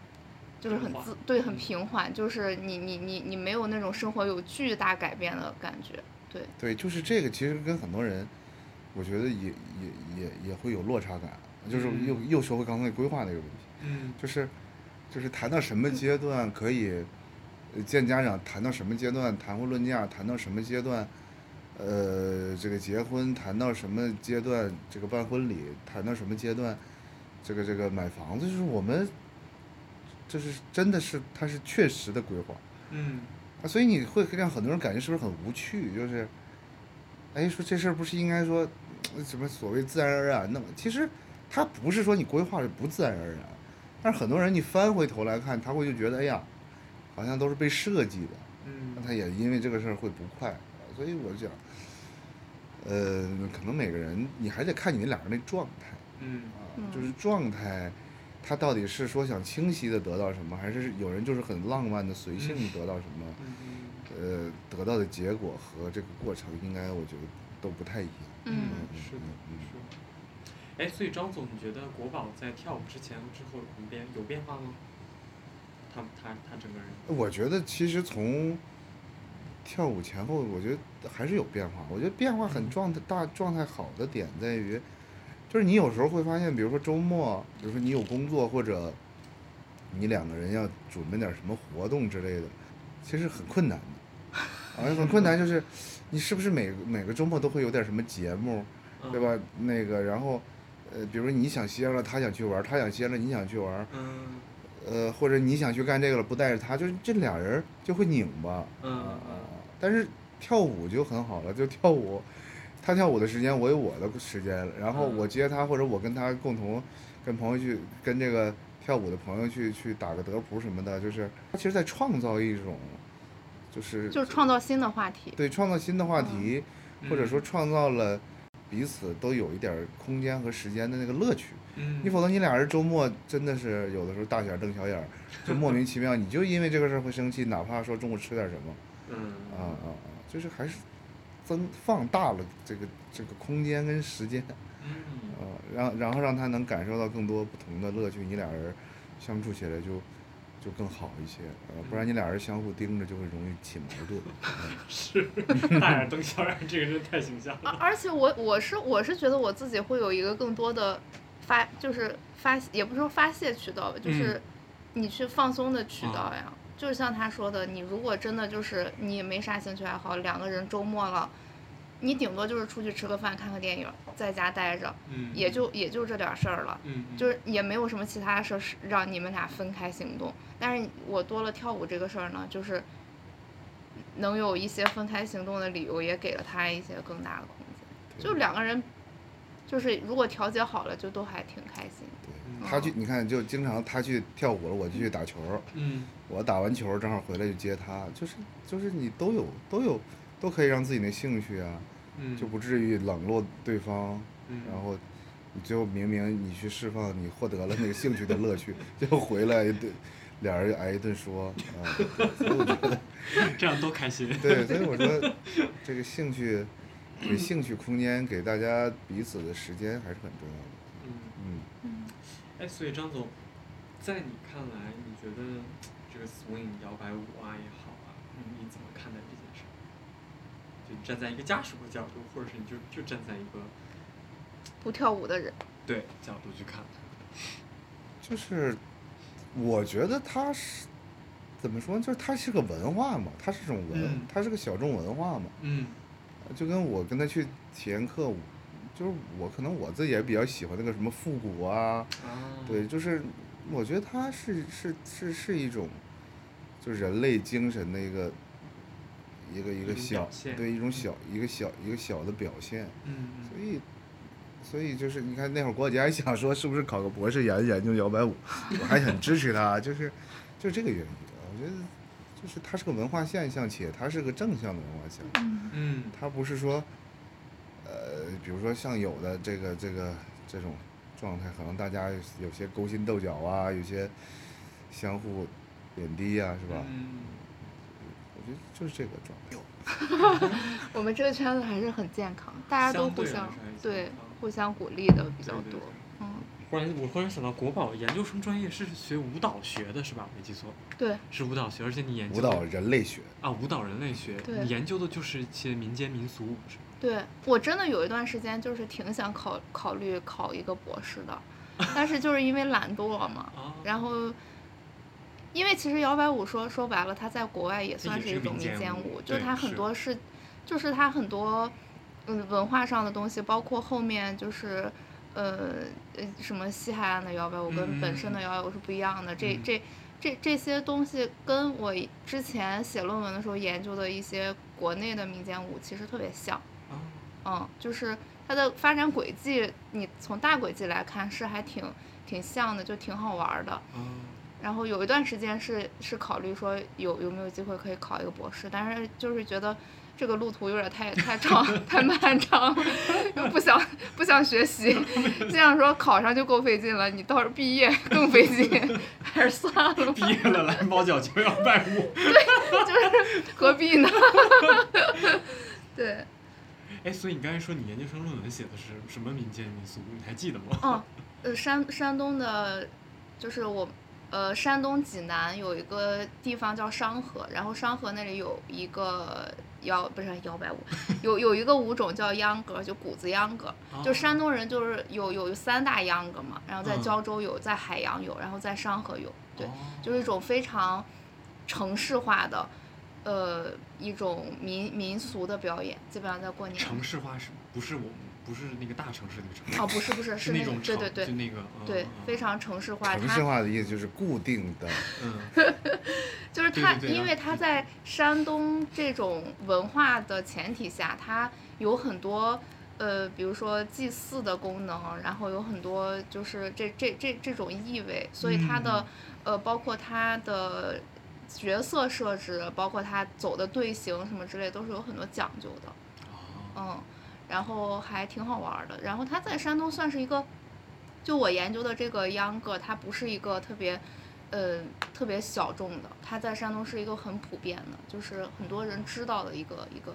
[SPEAKER 3] 就是
[SPEAKER 5] 平
[SPEAKER 3] 很
[SPEAKER 5] 缓
[SPEAKER 3] 自对很
[SPEAKER 5] 嗯
[SPEAKER 3] 平缓，就是你你你你没有那种生活有巨大改变的感觉，对，
[SPEAKER 2] 对，就是这个，其实跟很多人，我觉得也也也也会有落差感，就是
[SPEAKER 5] 嗯
[SPEAKER 2] 又又说回刚才规划那个问题，
[SPEAKER 5] 嗯
[SPEAKER 2] 就是就是谈到什么阶段可以呃见家长，谈到什么阶段谈婚论嫁，谈到什么阶段，呃，这个结婚，谈到什么阶段这个办婚礼，谈到什么阶段这个这个买房子，就是我们这是真的是它是确实的规划。
[SPEAKER 5] 嗯
[SPEAKER 2] 啊，所以你会让很多人感觉是不是很无趣？就是，哎，说这事儿不是应该说呃什么所谓自然而然的吗？其实它不是说你规划的不自然而然，但是很多人你翻回头来看，他会就觉得，哎呀，好像都是被设计的，那
[SPEAKER 5] 嗯
[SPEAKER 2] 他也因为这个事儿会不快。所以我就讲，呃，可能每个人你还得看你俩人的状态。
[SPEAKER 5] 嗯
[SPEAKER 2] 啊，
[SPEAKER 3] 嗯
[SPEAKER 2] 就是状态，他到底是说想清晰的得到什么，还是有人就是很浪漫的随性地得到什么？
[SPEAKER 5] 嗯
[SPEAKER 2] 呃，得到的结果和这个过程，应该我觉得都不太一样。
[SPEAKER 3] 嗯
[SPEAKER 5] 是的，是。哎，所以张总，你觉得国宝在跳舞之前和之后有变有变化吗？他他他整个人，
[SPEAKER 2] 我觉得其实从跳舞前后，我觉得还是有变化。我觉得变化很状态大，状态好的点在于，就是你有时候会发现，比如说周末，比如说你有工作或者你两个人要准备点什么活动之类的，其实很困难的，啊，很困难。就是你是不是每每个周末都会有点什么节目，
[SPEAKER 5] 嗯
[SPEAKER 2] 对？吧？那个，然后，呃，比如说你想歇了，他想去玩儿；他想歇了，你想去玩儿。
[SPEAKER 5] 嗯
[SPEAKER 2] 呃，或者你想去干这个了，不带着他，就是这俩人就会拧巴。
[SPEAKER 5] 嗯
[SPEAKER 2] 啊
[SPEAKER 5] 嗯
[SPEAKER 2] 但是跳舞就很好了，就跳舞，他跳舞的时间，我有我的时间，然后
[SPEAKER 5] 嗯
[SPEAKER 2] 我接他，或者我跟他共同跟朋友去跟这个跳舞的朋友去去打个德扑什么的，就是他其实在创造一种，就是
[SPEAKER 3] 就是创造新的话题。
[SPEAKER 2] 对创造新的话
[SPEAKER 3] 嗯
[SPEAKER 2] 题，或者说创造了彼此都有一点儿空间和时间的那个乐趣。
[SPEAKER 5] 嗯，
[SPEAKER 2] 你否则你俩人周末真的是有的时候大眼瞪小眼儿，就莫名其妙，你就因为这个事儿会生气，哪怕说中午吃点什么，
[SPEAKER 5] 嗯
[SPEAKER 2] 啊啊啊，就是还是增放大了这个这个空间跟时间，
[SPEAKER 5] 嗯
[SPEAKER 2] 啊，让然后让他能感受到更多不同的乐趣，你俩人相处起来就就更好一些，啊，不然你俩人相互盯着就会容易起矛盾。
[SPEAKER 5] 是大眼瞪小眼，这个真的太形象了。
[SPEAKER 3] 而而且我我是我是觉得我自己会有一个更多的发，就是发也不是说发泄渠道吧，就是你去放松的渠道呀。就是像他说的，你如果真的就是你也没啥兴趣爱好，两个人周末了，你顶多就是出去吃个饭、看个电影，在家待着，
[SPEAKER 5] 嗯，
[SPEAKER 3] 也就也就这点事儿了。
[SPEAKER 5] 嗯
[SPEAKER 3] 就是也没有什么其他的事儿是让你们俩分开行动。但是我多了跳舞这个事儿呢，就是能有一些分开行动的理由，也给了他一些更大
[SPEAKER 2] 嗯
[SPEAKER 3] 的空间。就两个人，就是如果调节好了，就都还挺开心。
[SPEAKER 2] 对
[SPEAKER 5] 嗯
[SPEAKER 2] 他去，你看，就经常他去跳舞了，我就去打球。
[SPEAKER 5] 嗯，
[SPEAKER 2] 我打完球正好回来就接他，就是就是你都有都有都可以让自己那兴趣啊，
[SPEAKER 5] 嗯
[SPEAKER 2] 就不至于冷落对方，
[SPEAKER 5] 嗯
[SPEAKER 2] 然后你最后明明你去释放你获得了那个兴趣的乐趣，最后回来对俩人挨一顿说啊，所以我觉得
[SPEAKER 5] 这样多开心。
[SPEAKER 2] 对，所以我说这个兴趣给兴趣空间，给大家彼此的时间还是很重要的，
[SPEAKER 5] 嗯，
[SPEAKER 2] 嗯。
[SPEAKER 3] 嗯，
[SPEAKER 5] 哎，所以张总，在你看来，你觉得这个 swing 摇摆舞啊也好啊，
[SPEAKER 1] 嗯
[SPEAKER 5] 你怎么看待这件事？就站在一个家属的角度，或者是你就就站在一个
[SPEAKER 3] 不跳舞的人，
[SPEAKER 5] 对角度去看
[SPEAKER 2] 就是我觉得它是怎么说呢？就是它是个文化嘛，它是种文，
[SPEAKER 5] 嗯
[SPEAKER 2] 它是个小众文化嘛。
[SPEAKER 5] 嗯
[SPEAKER 2] 就跟我跟他去体验课，我就是我可能我自己也比较喜欢那个什么复古啊，
[SPEAKER 5] 啊，
[SPEAKER 2] 对，就是我觉得它是是是是一种，就人类精神的一个一个一
[SPEAKER 5] 一
[SPEAKER 2] 个
[SPEAKER 5] 种
[SPEAKER 2] 小
[SPEAKER 5] 表现
[SPEAKER 2] 对一种小一个小一个小的表现。
[SPEAKER 5] 嗯
[SPEAKER 2] 所以，所以就是你看那会儿郭姐还想说是不是考个博士研研究摇摆舞， 我还很支持她，就是就是这个原因。我觉得就是它是个文化现象，且它是个正向的文化现象，
[SPEAKER 5] 嗯嗯
[SPEAKER 2] 它不是说，呃，比如说像有的这个这个这种状态，可能大家有些勾心斗角啊，有些相互贬低啊，是吧？
[SPEAKER 5] 嗯，
[SPEAKER 2] 我觉得就是这个状态。
[SPEAKER 3] 我们这个圈子还是很健康，大家都
[SPEAKER 5] 相
[SPEAKER 3] 互
[SPEAKER 5] 对来
[SPEAKER 3] 相
[SPEAKER 5] 说还是健
[SPEAKER 3] 对
[SPEAKER 5] 康
[SPEAKER 3] 互相鼓励的
[SPEAKER 5] 比
[SPEAKER 3] 比较多。嗯，
[SPEAKER 1] 忽然我忽然想到，国宝研究生专业是学舞蹈学的是吧？没记错，
[SPEAKER 3] 对
[SPEAKER 1] 是舞蹈学，而且你研究
[SPEAKER 2] 舞蹈人类学，
[SPEAKER 1] 啊，舞蹈人类学，
[SPEAKER 3] 对
[SPEAKER 1] 你研究的就是一些民间民俗舞，是吧？
[SPEAKER 3] 对，我真的有一段时间就是挺想考考虑考一个博士 的，但是就是因为懒惰嘛，
[SPEAKER 1] 啊，
[SPEAKER 3] 然后，因为其实摇摆舞说说白了，它在国外也算
[SPEAKER 1] 也
[SPEAKER 3] 是
[SPEAKER 1] 是
[SPEAKER 3] 一种
[SPEAKER 1] 民
[SPEAKER 3] 民
[SPEAKER 1] 间
[SPEAKER 3] 间
[SPEAKER 1] 舞
[SPEAKER 3] 舞，就
[SPEAKER 1] 对
[SPEAKER 3] 它很
[SPEAKER 1] 是
[SPEAKER 3] 多是，就是它很多，嗯，文化上的东西，包括后面就是，呃呃，什么西海岸的摇摆舞跟本身的摇摆舞是不一样的，这
[SPEAKER 1] 嗯
[SPEAKER 3] 这这这些东西跟我之前写论文的时候研究的一些国内的民间舞其实特别像。
[SPEAKER 1] 啊，
[SPEAKER 3] 嗯，就是它的发展轨迹，你从大轨迹来看是还挺挺像的，就挺好玩儿的。
[SPEAKER 1] 啊，
[SPEAKER 3] 然后有一段时间是是考虑说有有没有机会可以考一个博士，但是就是觉得这个路途有点太太长 太漫长，又不想不想学习，这样说考上就够费劲了，你到时候毕业更费劲，还是算了吧，
[SPEAKER 5] 毕业 了来猫脚就要拜舞。
[SPEAKER 3] 何必呢？ 对，
[SPEAKER 1] 哎，所以你刚才说你研究生论文写的是什么民间民俗舞，你还记得吗？
[SPEAKER 3] 嗯，呃，山山东的，就是我，呃，山东济南有一个地方叫商河，然后商河那里有一个摇不是摇摆舞，有有一个舞种叫秧歌儿，就谷子秧歌儿。就
[SPEAKER 1] 啊
[SPEAKER 3] 山东人就是有有三大秧歌儿嘛，然后在
[SPEAKER 1] 嗯
[SPEAKER 3] 胶州有，在海洋有，然后在商河有，对，
[SPEAKER 1] 哦
[SPEAKER 3] 就是一种非常城市化的。呃，一种民民俗的表演，基本上在过年的时候
[SPEAKER 1] 城市化是不是我们不是那个大城市那个城市？
[SPEAKER 3] 哦，不是不是，是
[SPEAKER 1] 那
[SPEAKER 3] 个
[SPEAKER 1] 种
[SPEAKER 3] 对
[SPEAKER 1] 城
[SPEAKER 3] 对对
[SPEAKER 1] 就，那个嗯
[SPEAKER 3] 对，非常城市化，
[SPEAKER 2] 城
[SPEAKER 3] 它
[SPEAKER 2] 市化的意思就是固定 的，
[SPEAKER 1] 嗯
[SPEAKER 3] 就是
[SPEAKER 1] 对
[SPEAKER 3] 它，
[SPEAKER 1] 对对
[SPEAKER 3] 因
[SPEAKER 1] 啊
[SPEAKER 3] 为它在山东这种文化的前提下，它有很多呃，比如说祭祀的功能，然后有很多就是这这这这种意味，所以它
[SPEAKER 1] 嗯
[SPEAKER 3] 的、呃，包括它的角色设置，包括它走的队形什么之类，都是有很多讲究的。
[SPEAKER 1] 啊
[SPEAKER 3] 嗯，然后还挺好玩儿的。然后它在山东算是一个，就我研究的这个秧歌儿，它不是一个特别，呃，特别小众的，它在山东是一个很普遍的，就是很多人知道的一个一个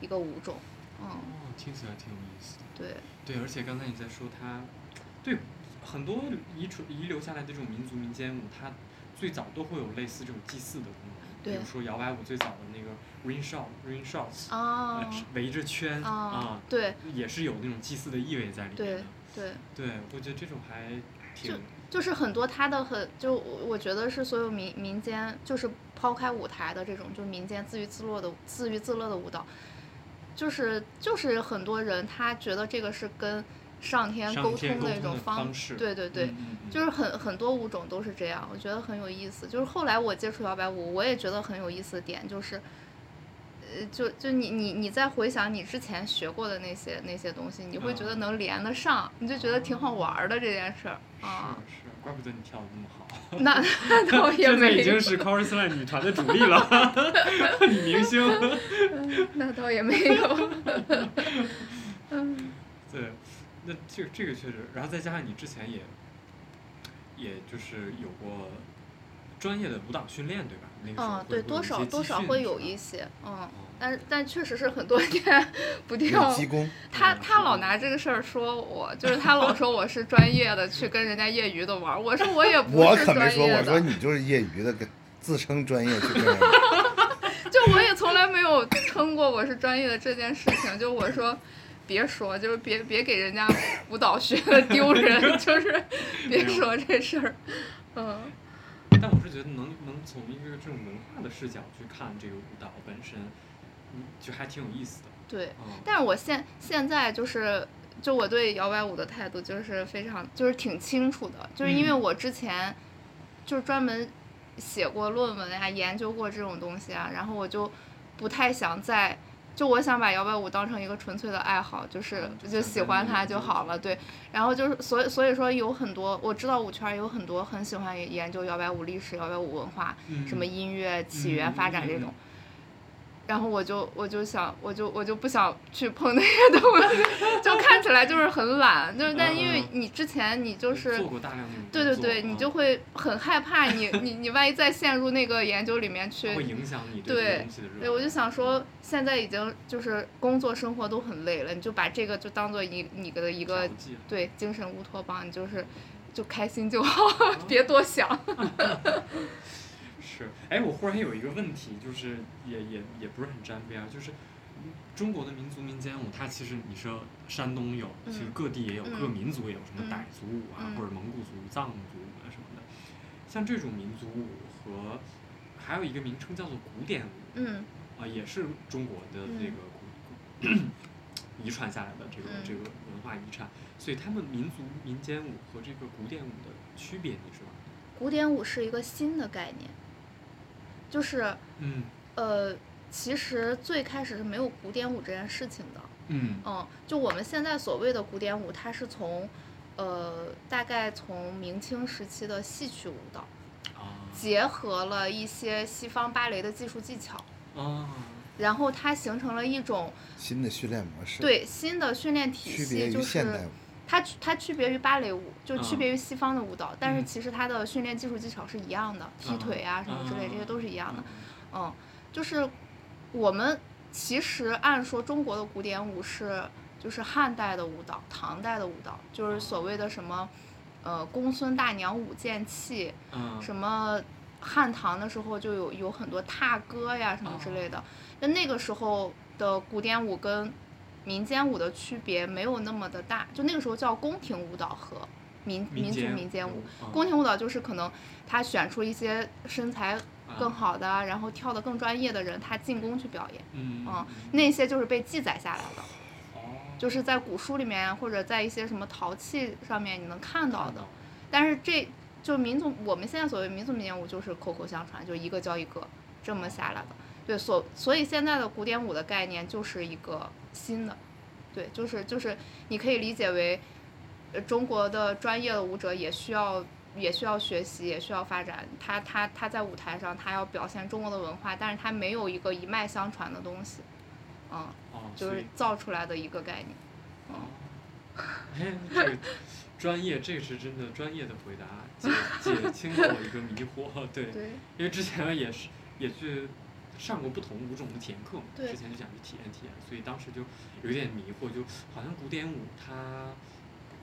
[SPEAKER 3] 一个舞种。
[SPEAKER 1] 哦
[SPEAKER 3] 嗯，，
[SPEAKER 1] 听起来挺有意思的。
[SPEAKER 3] 对，
[SPEAKER 1] 对，而且刚才你在说它，对很多遗传遗留下来的这种民族民间舞，它最早都会有类似这种祭祀的功能，比
[SPEAKER 3] 对
[SPEAKER 1] 如说摇摆舞最早的那个 ring shot ring shots，、
[SPEAKER 3] 啊
[SPEAKER 1] 呃、围着圈
[SPEAKER 3] 啊
[SPEAKER 1] 啊、，
[SPEAKER 3] 对
[SPEAKER 1] 也是有那种祭祀的意味在里面
[SPEAKER 3] 对
[SPEAKER 1] 的。
[SPEAKER 3] 对，
[SPEAKER 1] 对，我觉得这种还挺
[SPEAKER 3] 就是很多它的很，就我我觉得是所有民民间，就是抛开舞台的这种，就民间自娱自乐的自娱自乐的舞蹈，就是就是很多人他觉得这个是跟上天
[SPEAKER 1] 上
[SPEAKER 3] 沟
[SPEAKER 1] 天
[SPEAKER 3] 通
[SPEAKER 1] 沟
[SPEAKER 3] 的一
[SPEAKER 1] 通
[SPEAKER 3] 种
[SPEAKER 1] 的
[SPEAKER 3] 方
[SPEAKER 1] 方式
[SPEAKER 3] 对对对，
[SPEAKER 1] 嗯嗯嗯
[SPEAKER 3] 就是很很多舞种都是这样，我觉得很有意思。就是后来我接触摇摆舞，我也觉得很有意思的点就是，呃呃就就你你你在回想你之前学过的那些那些东西，你会觉
[SPEAKER 1] 嗯
[SPEAKER 3] 得能连得上，你就觉得挺好玩儿的这件事儿啊。
[SPEAKER 1] 是是，怪不得你跳的那么 好。
[SPEAKER 3] 那那倒也
[SPEAKER 1] 现在
[SPEAKER 3] 没
[SPEAKER 1] 已经
[SPEAKER 3] 有，
[SPEAKER 1] 是 Chorus Line 女团的主力 了，女明星。
[SPEAKER 3] 那倒也没有。嗯，
[SPEAKER 1] 对，那这个这个确实，然后再加上你之前也，也就是有过专业的舞蹈训练，对吧？那个时候
[SPEAKER 3] 嗯
[SPEAKER 1] 会
[SPEAKER 3] 对，
[SPEAKER 1] 会
[SPEAKER 3] 多
[SPEAKER 1] 一
[SPEAKER 3] 少
[SPEAKER 1] 些
[SPEAKER 3] 多
[SPEAKER 1] 集
[SPEAKER 3] 少
[SPEAKER 1] 训
[SPEAKER 3] 会
[SPEAKER 1] 是
[SPEAKER 3] 有
[SPEAKER 1] 吧
[SPEAKER 3] 一些，嗯
[SPEAKER 1] 哦，
[SPEAKER 3] 但但确实是很多年不跳
[SPEAKER 2] 有。技工，
[SPEAKER 3] 他
[SPEAKER 1] 嗯
[SPEAKER 3] 他老拿这个事儿说我，就是他老说我是专业的，去跟人家业余的玩儿。我说我也不
[SPEAKER 2] 我
[SPEAKER 3] 是
[SPEAKER 2] 可没
[SPEAKER 3] 专
[SPEAKER 2] 说，
[SPEAKER 3] 业
[SPEAKER 2] 我说
[SPEAKER 3] 的，
[SPEAKER 2] 你就是业余的，跟自称专业去跟 人
[SPEAKER 3] 就我也从来没有称过我是专业的这件事情。就我说，别说，就是别别给人家舞蹈学的丢人，就是别说这事儿。嗯，
[SPEAKER 1] 但我是觉得能能从一个这种文化的视角去看这个舞蹈本身，嗯，就还挺有意思的。
[SPEAKER 3] 对。
[SPEAKER 1] 嗯，
[SPEAKER 3] 但是我现现在就是，就我对摇摆舞的态度就是非常，就是挺清楚的，就是因为
[SPEAKER 1] 嗯
[SPEAKER 3] 我之前就是专门写过论文啊，研究过这种东西啊，然后我就不太想再。就我想把摇摆舞当成一个纯粹的爱好，啊就是
[SPEAKER 1] 嗯
[SPEAKER 3] 就喜欢它就好了，对。然后就是，所以所以说有很多我知道舞圈有很多很喜欢研究摇摆舞历史、摇摆舞文化，什
[SPEAKER 1] 嗯
[SPEAKER 3] 么音乐起源发展这种。然后我就我就想我就我就不想去碰那些东西， 就看起来就是很懒，就是但因为
[SPEAKER 1] 嗯
[SPEAKER 3] 你之前你
[SPEAKER 1] 就
[SPEAKER 3] 就是
[SPEAKER 1] 做过嗯大量的
[SPEAKER 3] 对对对，
[SPEAKER 1] 啊
[SPEAKER 3] 你就会很害怕你你你万一再陷入那个研究里面去，
[SPEAKER 1] 会嗯影响你这
[SPEAKER 3] 对
[SPEAKER 1] 个东西的热情。
[SPEAKER 3] 对，我就想说，现在已经就是工作生活都很累了，你就把这个就当做一你的一个
[SPEAKER 1] 调剂啊了
[SPEAKER 3] 对精神乌托邦，你就是 就开心就好，别多想。
[SPEAKER 1] 啊是，哎，我忽然有一个问题，就是也也也不是很沾边儿，就是嗯中国的民族民间舞，它其实你说山东有，其实
[SPEAKER 3] 嗯
[SPEAKER 1] 各地也有，各
[SPEAKER 3] 嗯
[SPEAKER 1] 民族也有，什么
[SPEAKER 3] 嗯
[SPEAKER 1] 傣族舞啊，
[SPEAKER 3] 嗯
[SPEAKER 1] 或者蒙古族、藏族舞啊什么的。像这种民族舞和还有一个名称叫做古典舞
[SPEAKER 3] 嗯
[SPEAKER 1] 啊、也是中国的这个古、古 遗传下来的这个、这
[SPEAKER 3] 嗯
[SPEAKER 1] 个文化遗产，所以他们民族民间舞和这个古典舞的区别，你知道吗？
[SPEAKER 3] 古典舞是一个新的概念，就是
[SPEAKER 1] 嗯
[SPEAKER 3] 呃，其实最开始是没有古典舞这件事情的。
[SPEAKER 1] 嗯
[SPEAKER 3] 嗯，就我们现在所谓的古典舞，它是从呃大概从明清时期的戏曲舞蹈，
[SPEAKER 1] 啊
[SPEAKER 3] 结合了一些西方芭蕾的技术技巧，
[SPEAKER 1] 啊。
[SPEAKER 3] 然后它形成了一种
[SPEAKER 2] 新的训练模式，，
[SPEAKER 3] 对新的训练体
[SPEAKER 2] 区别
[SPEAKER 3] 系，就
[SPEAKER 2] 于现代
[SPEAKER 3] 是
[SPEAKER 2] 舞。
[SPEAKER 3] 它区它区别于芭蕾舞，就区
[SPEAKER 1] 嗯
[SPEAKER 3] 别于西方的舞蹈，但是
[SPEAKER 1] 嗯
[SPEAKER 3] 其实它的训练技术技巧是一样的，踢
[SPEAKER 1] 嗯
[SPEAKER 3] 腿啊什么之类，这些
[SPEAKER 1] 嗯
[SPEAKER 3] 都是一样的。
[SPEAKER 1] 嗯
[SPEAKER 3] 嗯，就是我们其实按说中国的古典舞是就是汉代的舞蹈、唐代的舞蹈，就是所谓的什么呃公孙大娘舞剑器，
[SPEAKER 1] 嗯
[SPEAKER 3] 什么汉唐的时候就有有很多踏歌呀什么之类的。那那个时候的古典舞跟民间舞的区别没有那么的大，就那个时候叫宫廷舞蹈和民民族
[SPEAKER 1] 间
[SPEAKER 3] 民间舞。，
[SPEAKER 1] 嗯
[SPEAKER 3] 宫廷舞蹈就是可能他选出一些身材
[SPEAKER 1] 啊
[SPEAKER 3] 更，好的啊，然后跳得更专业的人，他进宫去表演，
[SPEAKER 1] 嗯
[SPEAKER 3] 嗯，那些就是被记载下来的，
[SPEAKER 1] 哦
[SPEAKER 3] 就是在古书里面啊或者在一些什么陶器上面你能看到
[SPEAKER 1] 看
[SPEAKER 3] 的
[SPEAKER 1] 到。
[SPEAKER 3] 但是这就民族，我们现在所谓民族民间舞就是口口相传，就一个教一个这么下来的。对，所所以现在的古典舞的概念就是一个新的，对，就是就是你可以理解为，呃，中国的专业的舞者也需要也需要学习，也需要发展。他他他在舞台上，他要表现中国的文化，但是他没有一个一脉相传的东西，嗯，
[SPEAKER 1] 哦，
[SPEAKER 3] 就
[SPEAKER 1] 所
[SPEAKER 3] 是
[SPEAKER 1] 以
[SPEAKER 3] 造出来的一个概念。
[SPEAKER 1] 哦，哎，这个专业，这个是真的专业的回答，解解清了我一个迷惑。对，
[SPEAKER 3] 对，
[SPEAKER 1] 因为之前也是也去上过不同舞种的体验课嘛，
[SPEAKER 3] 对
[SPEAKER 1] 之前就想去体验体验，所以当时就有点迷惑，就好像古典舞它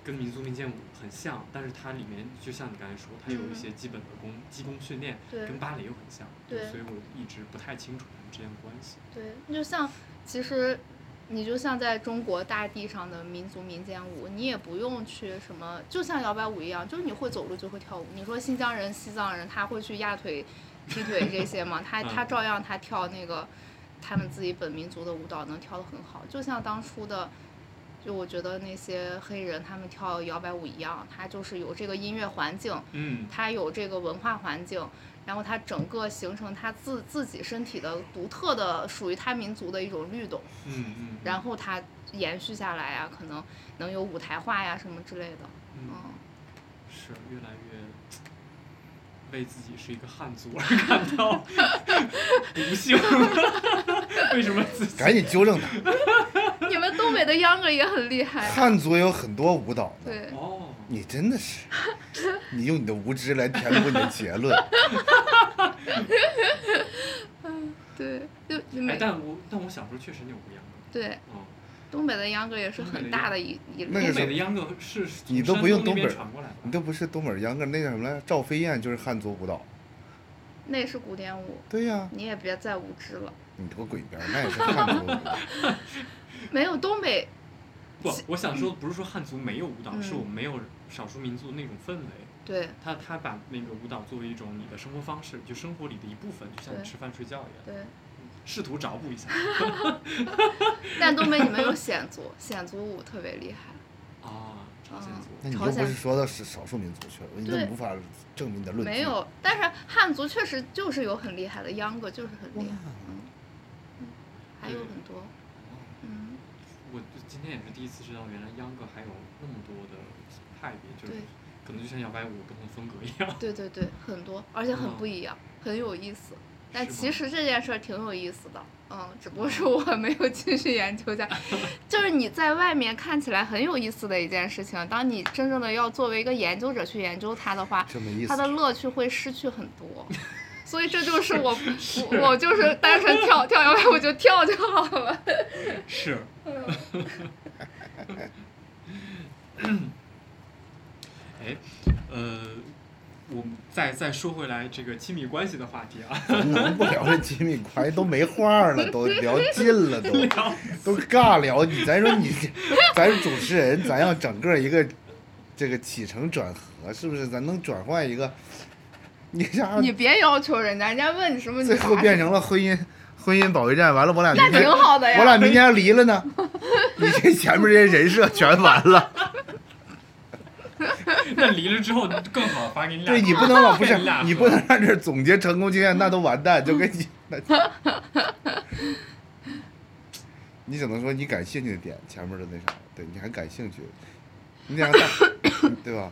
[SPEAKER 1] 跟民族民间舞很像，但是它里面就像你刚才说，它有一
[SPEAKER 3] 嗯
[SPEAKER 1] 些基本的功基功训练，
[SPEAKER 3] 对
[SPEAKER 1] 跟芭蕾又很像，
[SPEAKER 3] 对
[SPEAKER 1] 所以我一直不太清楚它们之间的关系。
[SPEAKER 3] 对，就像其实你就像在中国大地上的民族民间舞，你也不用去什么，就像摇摆舞一样，就是你会走路就会跳舞。你说新疆人、西藏人他会去压腿、踢腿这些吗？他他
[SPEAKER 1] 嗯
[SPEAKER 3] 照样他跳那个他们自己本民族的舞蹈能跳得很好，就像当初的。就我觉得那些黑人他们跳摇摆舞一样，它就是有这个音乐环境，
[SPEAKER 1] 嗯，
[SPEAKER 3] 它有这个文化环境，然后它整个形成它自自己身体的独特的属于它民族的一种律动，
[SPEAKER 1] 嗯嗯，
[SPEAKER 3] 然后它延续下来啊，可能能有舞台化呀什么之类的，
[SPEAKER 1] 嗯
[SPEAKER 3] 嗯。
[SPEAKER 1] 是越来越为自己是一个汉族而感到 不幸， 为什么自 己
[SPEAKER 2] 赶紧纠正他。
[SPEAKER 3] 你们东北的秧歌也很 厉害，
[SPEAKER 2] 汉族有很多舞蹈的，
[SPEAKER 3] 哎对，
[SPEAKER 1] 哦，
[SPEAKER 2] 你真的 是，你用你的无知来填补你的结论。
[SPEAKER 3] 对，就你
[SPEAKER 1] 哎
[SPEAKER 3] 们，
[SPEAKER 1] 但我但我小时候确实扭过秧歌，
[SPEAKER 3] 对
[SPEAKER 1] 哦，
[SPEAKER 3] 东北的秧歌也是很大的一一
[SPEAKER 1] 东
[SPEAKER 2] 那个是
[SPEAKER 1] 北的秧歌是从
[SPEAKER 2] 你都
[SPEAKER 1] 山
[SPEAKER 2] 不用
[SPEAKER 1] 东那
[SPEAKER 2] 东
[SPEAKER 1] 边
[SPEAKER 2] 北
[SPEAKER 1] 传过来的，
[SPEAKER 2] 你都不是东北秧歌，那叫什么来着？赵飞燕就是汉族舞蹈。
[SPEAKER 3] 那是古典舞，
[SPEAKER 2] 对呀、
[SPEAKER 3] 你也别再无知了。
[SPEAKER 2] 你给我滚一边儿，那也是汉族舞 蹈。
[SPEAKER 3] 没有东北，
[SPEAKER 1] 不，我想
[SPEAKER 2] 嗯
[SPEAKER 1] 说的不是说汉族没有舞蹈，
[SPEAKER 3] 嗯
[SPEAKER 1] 是我们没有少数民族那种氛围。
[SPEAKER 3] 对
[SPEAKER 1] 他他把那个舞蹈作为一种你的生活方式，就生活里的一部分，就像你
[SPEAKER 3] 对
[SPEAKER 1] 吃饭睡觉一 样，
[SPEAKER 3] 对，
[SPEAKER 1] 试图找补一 下。
[SPEAKER 3] 但东北你们有显族，显族舞特别厉害，
[SPEAKER 1] 啊，朝鲜族
[SPEAKER 2] 那你
[SPEAKER 3] 朝
[SPEAKER 2] 又不
[SPEAKER 3] 鲜
[SPEAKER 2] 是说到是少数民族去了，你怎么
[SPEAKER 3] 对
[SPEAKER 2] 无法证明你的论据？
[SPEAKER 3] 没有，但是汉族确实就是有很厉害的秧歌，就是很厉害，嗯，嗯还有很多，
[SPEAKER 1] 哦
[SPEAKER 3] 嗯，
[SPEAKER 1] 我就今天也是第一次知道，原来秧歌还有那么多的派别，就是
[SPEAKER 3] 对
[SPEAKER 1] 可能就像摇摆舞有不同的风格一样。
[SPEAKER 3] 对对对，很多，而且很不一样，很有意思。但
[SPEAKER 1] 是吗
[SPEAKER 3] 其实这件事儿挺有意思的，嗯，只不过是我没有继续研究下。就是你在外面看起来很有意思的一件事情，当你真正的要作为一个研究者去研究它的话，
[SPEAKER 2] 这么意思
[SPEAKER 3] 他。的乐趣会失去很多。所以这就是我，我我就是单纯跳跳摇摆，我就跳就好了。
[SPEAKER 1] 是。 哎，呃，我们再再说回来这个亲密关系的话题 啊，
[SPEAKER 2] 咱能不聊这亲密关系都没话了，都聊尽 了，都
[SPEAKER 1] 聊
[SPEAKER 2] 都尬聊。你咱说你， 咱是主持人，咱要整个一个这个起承转合，是不是？咱能转换一个？你啥？
[SPEAKER 3] 你别要求人家，人家问你什么你
[SPEAKER 2] 啊最后
[SPEAKER 3] 答
[SPEAKER 2] 变成了婚姻婚姻保卫战，完了我俩明
[SPEAKER 3] 那挺
[SPEAKER 2] 天
[SPEAKER 3] 好的呀。
[SPEAKER 2] 我俩明天要离了 呢，你这前面这些人设全完 了。
[SPEAKER 1] 那离了之后更好，发给你俩。
[SPEAKER 2] 对你不能老 不是
[SPEAKER 1] 你俩，
[SPEAKER 2] 你
[SPEAKER 1] 说
[SPEAKER 2] 不能让这儿总结成功经验，那都完蛋，就跟 你 那。你只能说你感兴趣的点前面的那啥，对你还感兴趣，你得 让大，对吧？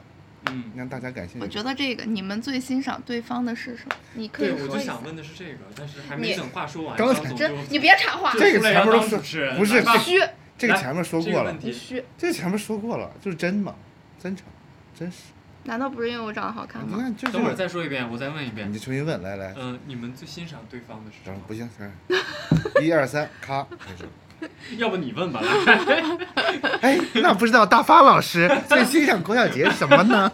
[SPEAKER 1] 嗯
[SPEAKER 2] 你，让大家感兴趣。
[SPEAKER 3] 我觉得这个你们最欣赏对方的是什么？你可以
[SPEAKER 1] 对，
[SPEAKER 3] 说
[SPEAKER 1] 我就
[SPEAKER 3] 一下
[SPEAKER 1] 想。问的是这个，但是还没
[SPEAKER 3] 你
[SPEAKER 1] 等话说完，
[SPEAKER 2] 刚
[SPEAKER 1] 张
[SPEAKER 2] 才
[SPEAKER 1] 总
[SPEAKER 3] 真
[SPEAKER 1] 就，
[SPEAKER 3] 你别插话，
[SPEAKER 1] 就
[SPEAKER 2] 这个
[SPEAKER 1] 出来
[SPEAKER 2] 前
[SPEAKER 1] 要
[SPEAKER 2] 面都
[SPEAKER 1] 当
[SPEAKER 2] 是
[SPEAKER 1] 主持人
[SPEAKER 2] 不是
[SPEAKER 1] 来吧
[SPEAKER 3] 虚
[SPEAKER 2] 这个
[SPEAKER 1] 来
[SPEAKER 2] 前面说
[SPEAKER 1] 这
[SPEAKER 2] 过
[SPEAKER 1] 个
[SPEAKER 2] 了
[SPEAKER 1] 问，
[SPEAKER 3] 你
[SPEAKER 1] 题
[SPEAKER 3] 虚，
[SPEAKER 2] 这个前面说过了，就是真嘛，真诚，真实。
[SPEAKER 3] 难道不是因为我长得好看
[SPEAKER 2] 你
[SPEAKER 3] 吗？
[SPEAKER 2] 看就是
[SPEAKER 1] 等会儿再说一遍，我再问一遍
[SPEAKER 2] 你。嗯重新问，来 来，
[SPEAKER 1] 嗯、你们最欣赏对方的是什
[SPEAKER 2] 然后
[SPEAKER 1] 么？
[SPEAKER 2] 不行，一二三，咔，开始。
[SPEAKER 1] 要不你问 吧，来
[SPEAKER 2] 哎，那不知道大发老师最欣赏郭晓洁什么呢？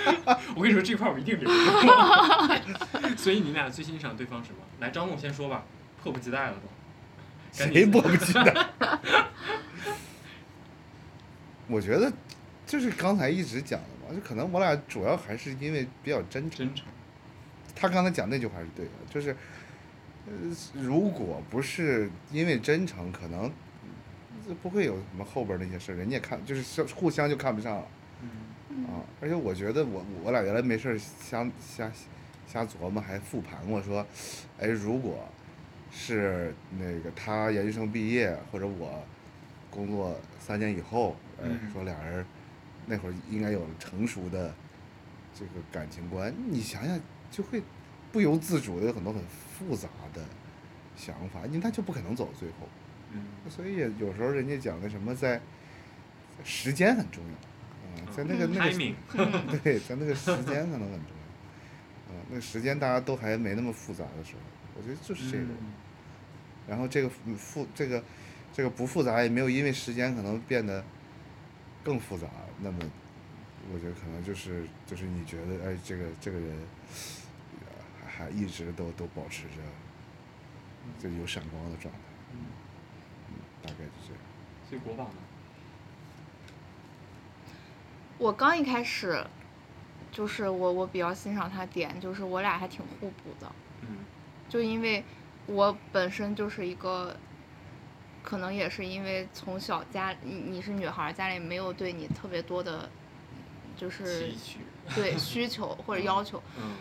[SPEAKER 1] 我跟你说这块儿我一定留着。 所以你俩最欣赏对方什么？来，张总先说吧，迫不及待了都。赶紧
[SPEAKER 2] 谁迫不及待？ 我觉得就是刚才一直讲的嘛，就可能我俩主要还是因为比较真诚。
[SPEAKER 1] 真诚。
[SPEAKER 2] 他刚才讲那句话是对的，就是，呃，如果不是因为真诚，可能就不会有什么后边那些事儿，人家也看就是相互相就看不上了
[SPEAKER 1] 嗯，
[SPEAKER 2] 啊。而且我觉得我我俩原来没事儿瞎瞎瞎琢磨，还复盘过说，哎，如果是那个他研究生毕业或者我工作三年以后，哎
[SPEAKER 1] 嗯，
[SPEAKER 2] 说俩人那会儿应该有成熟的这个感情观，你想想就会不由自主的有很多很复杂的想法，因为他就不可能走到最后。
[SPEAKER 1] 嗯，
[SPEAKER 2] 所以有时候人家讲的什么在时间很重要啊、在那个
[SPEAKER 3] 嗯
[SPEAKER 2] 那个
[SPEAKER 1] timing，
[SPEAKER 3] 嗯，
[SPEAKER 2] 对，在那个时间可能很重要啊、那个时间大家都还没那么复杂的时候，我觉得就是这个。
[SPEAKER 1] 嗯
[SPEAKER 2] 然后这个复复这个这个不复杂，也没有因为时间可能变得更复杂。那么，我觉得可能就是就是你觉得哎，这个这个人呃还还一直都都保持着就有闪光的状态，
[SPEAKER 1] 嗯
[SPEAKER 2] 大概就这样。
[SPEAKER 1] 所以国宝呢？
[SPEAKER 3] 我刚一开始，就是我我比较欣赏他点，就是我俩还挺互补的。
[SPEAKER 1] 嗯
[SPEAKER 3] 就因为我本身就是一个可能也是因为从小家你你是女孩儿，家里没有对你特别多的，嗯就是
[SPEAKER 1] 崎岖，
[SPEAKER 3] 对需求或者要求，
[SPEAKER 1] 嗯，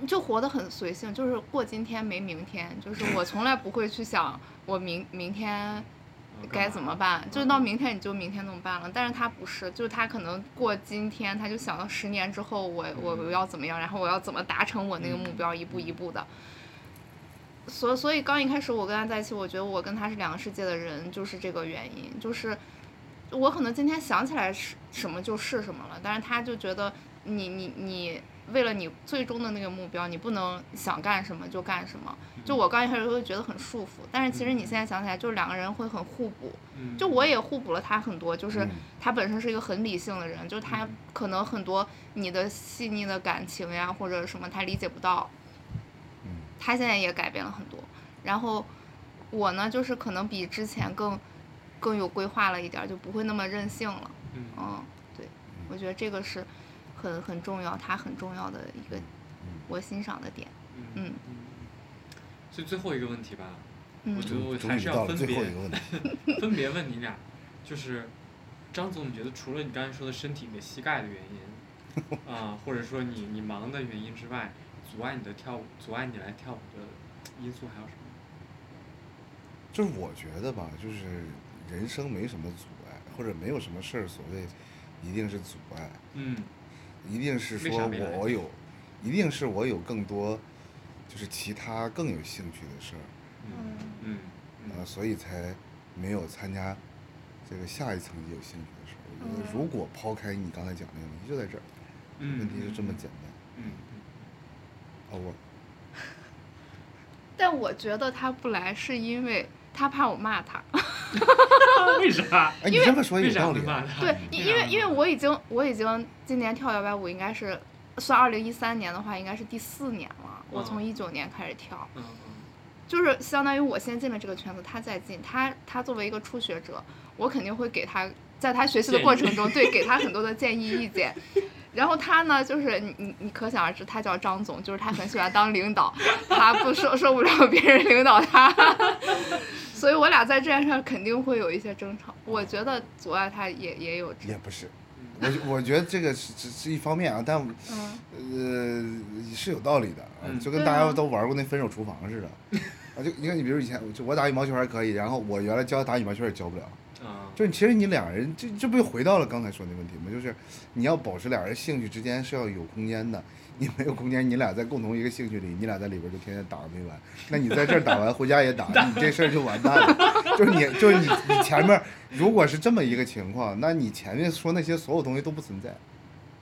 [SPEAKER 3] 你就活得很随性，就是过今天没明天，就是我从来不会去想我明明天
[SPEAKER 1] 嗯
[SPEAKER 3] 该怎么？办，就到明天你就明天怎么办了。但是他不是，就是他可能过今天，他就想到十年之后我我我要怎么样，然后我要怎么达成我那个目标，一步一步的。所所以刚一开始我跟他在一起，我觉得我跟他是两个世界的人，就是这个原因，就是我可能今天想起来是什么就是什么了，但是他就觉得你你你为了你最终的那个目标，你不能想干什么就干什么。就我刚一开始会觉得很束缚，但是其实你现在想起来，就是两个人会很互补。
[SPEAKER 1] 嗯
[SPEAKER 3] 就我也互补了他很多，就是
[SPEAKER 2] 嗯
[SPEAKER 3] 他本身是一个很理性的人，就是他
[SPEAKER 1] 嗯
[SPEAKER 3] 可能很多你的细腻的感情呀或者什么他理解不到，
[SPEAKER 2] 嗯
[SPEAKER 3] 他现在也改变了很多。然后我呢，就是可能比之前更更有规划了一点儿，就不会那么任性了。
[SPEAKER 1] 嗯
[SPEAKER 3] 嗯，对，我觉得这个是很很重要，他很重要的一个
[SPEAKER 2] 嗯，
[SPEAKER 3] 我欣赏的点。
[SPEAKER 1] 嗯
[SPEAKER 3] 嗯
[SPEAKER 1] 嗯，所以最后一个问题吧，
[SPEAKER 3] 嗯
[SPEAKER 1] 我觉
[SPEAKER 2] 终
[SPEAKER 1] 得
[SPEAKER 2] 终
[SPEAKER 1] 还
[SPEAKER 2] 于
[SPEAKER 1] 是要
[SPEAKER 2] 到了
[SPEAKER 1] 分
[SPEAKER 2] 最后
[SPEAKER 1] 别
[SPEAKER 2] 一个问题，
[SPEAKER 1] 分别问你俩，就是张总，你觉得除了你刚才说的身体、你的膝盖的原因， 啊、或者说你你忙的原因之外，阻碍你的跳舞、阻碍你来跳舞的因素还有什么？
[SPEAKER 2] 就是我觉得吧，就是人生没什么阻碍，或者没有什么事儿所谓一定是阻碍，
[SPEAKER 1] 嗯
[SPEAKER 2] 一定是
[SPEAKER 1] 为啥
[SPEAKER 2] 说
[SPEAKER 1] 没来
[SPEAKER 2] 我我有，一定是我有更多，就是其他更有兴趣的事儿。
[SPEAKER 1] 嗯嗯
[SPEAKER 2] 啊，
[SPEAKER 1] 嗯
[SPEAKER 2] 所以才没有参加这个下一层级有兴趣的事儿。我觉得如果抛开你刚才讲那个问题，就在这儿，
[SPEAKER 1] 哦嗯，
[SPEAKER 2] 问题就这么简
[SPEAKER 1] 嗯。嗯
[SPEAKER 2] 单。啊，我
[SPEAKER 3] 但我觉得他不来是因为他怕我骂他。
[SPEAKER 1] 嗯为啥？
[SPEAKER 2] 哎，你这么说
[SPEAKER 1] 为
[SPEAKER 2] 有
[SPEAKER 1] 啥
[SPEAKER 2] 道
[SPEAKER 1] 会
[SPEAKER 2] 理啊。
[SPEAKER 1] 骂他？
[SPEAKER 3] 对，因因为因为我已经我已经今年跳摇摆舞应该是算二零一三年的话，应该是第四年了。我从
[SPEAKER 1] 嗯
[SPEAKER 3] 一九年开始跳，
[SPEAKER 1] 嗯
[SPEAKER 3] 就是相当于我先进了这个圈子，他再进，他他作为一个初学者，我肯定会给他在他学习的
[SPEAKER 1] 建
[SPEAKER 3] 过
[SPEAKER 1] 议
[SPEAKER 3] 程中，对给他很多的建议意见。 然后他呢，就是你你你可想而知，他叫张总，就是他很喜欢当领导， 他不受受不了别人领导他， 所以我俩在这件事上肯定会有一些争吵。我觉得阻碍他也也有这，
[SPEAKER 2] 也不是，
[SPEAKER 1] 嗯
[SPEAKER 2] 我我觉得这个是是是一方面啊，但
[SPEAKER 3] 嗯，
[SPEAKER 2] 呃是有道理的啊
[SPEAKER 1] 嗯，
[SPEAKER 2] 就跟
[SPEAKER 3] 对
[SPEAKER 2] 大家
[SPEAKER 3] 啊
[SPEAKER 2] 都玩过那分手厨房似的。啊，就你看，你比如以前就我打羽毛球还可以，然后我原来教打羽毛球也教不了，
[SPEAKER 1] 嗯啊，
[SPEAKER 2] 就是其实你俩人这这不又回到了刚才说那问题吗？就是你要保持俩人兴趣之间是要有空间的，你没有空间，你俩在共同一个兴趣里，你俩在里边就天天打个没完。那你在这儿打完，回家也打，你这事儿就完蛋了。就是你就是你你前面如果是这么一个情况，那你前面说那些所有东西都不存在。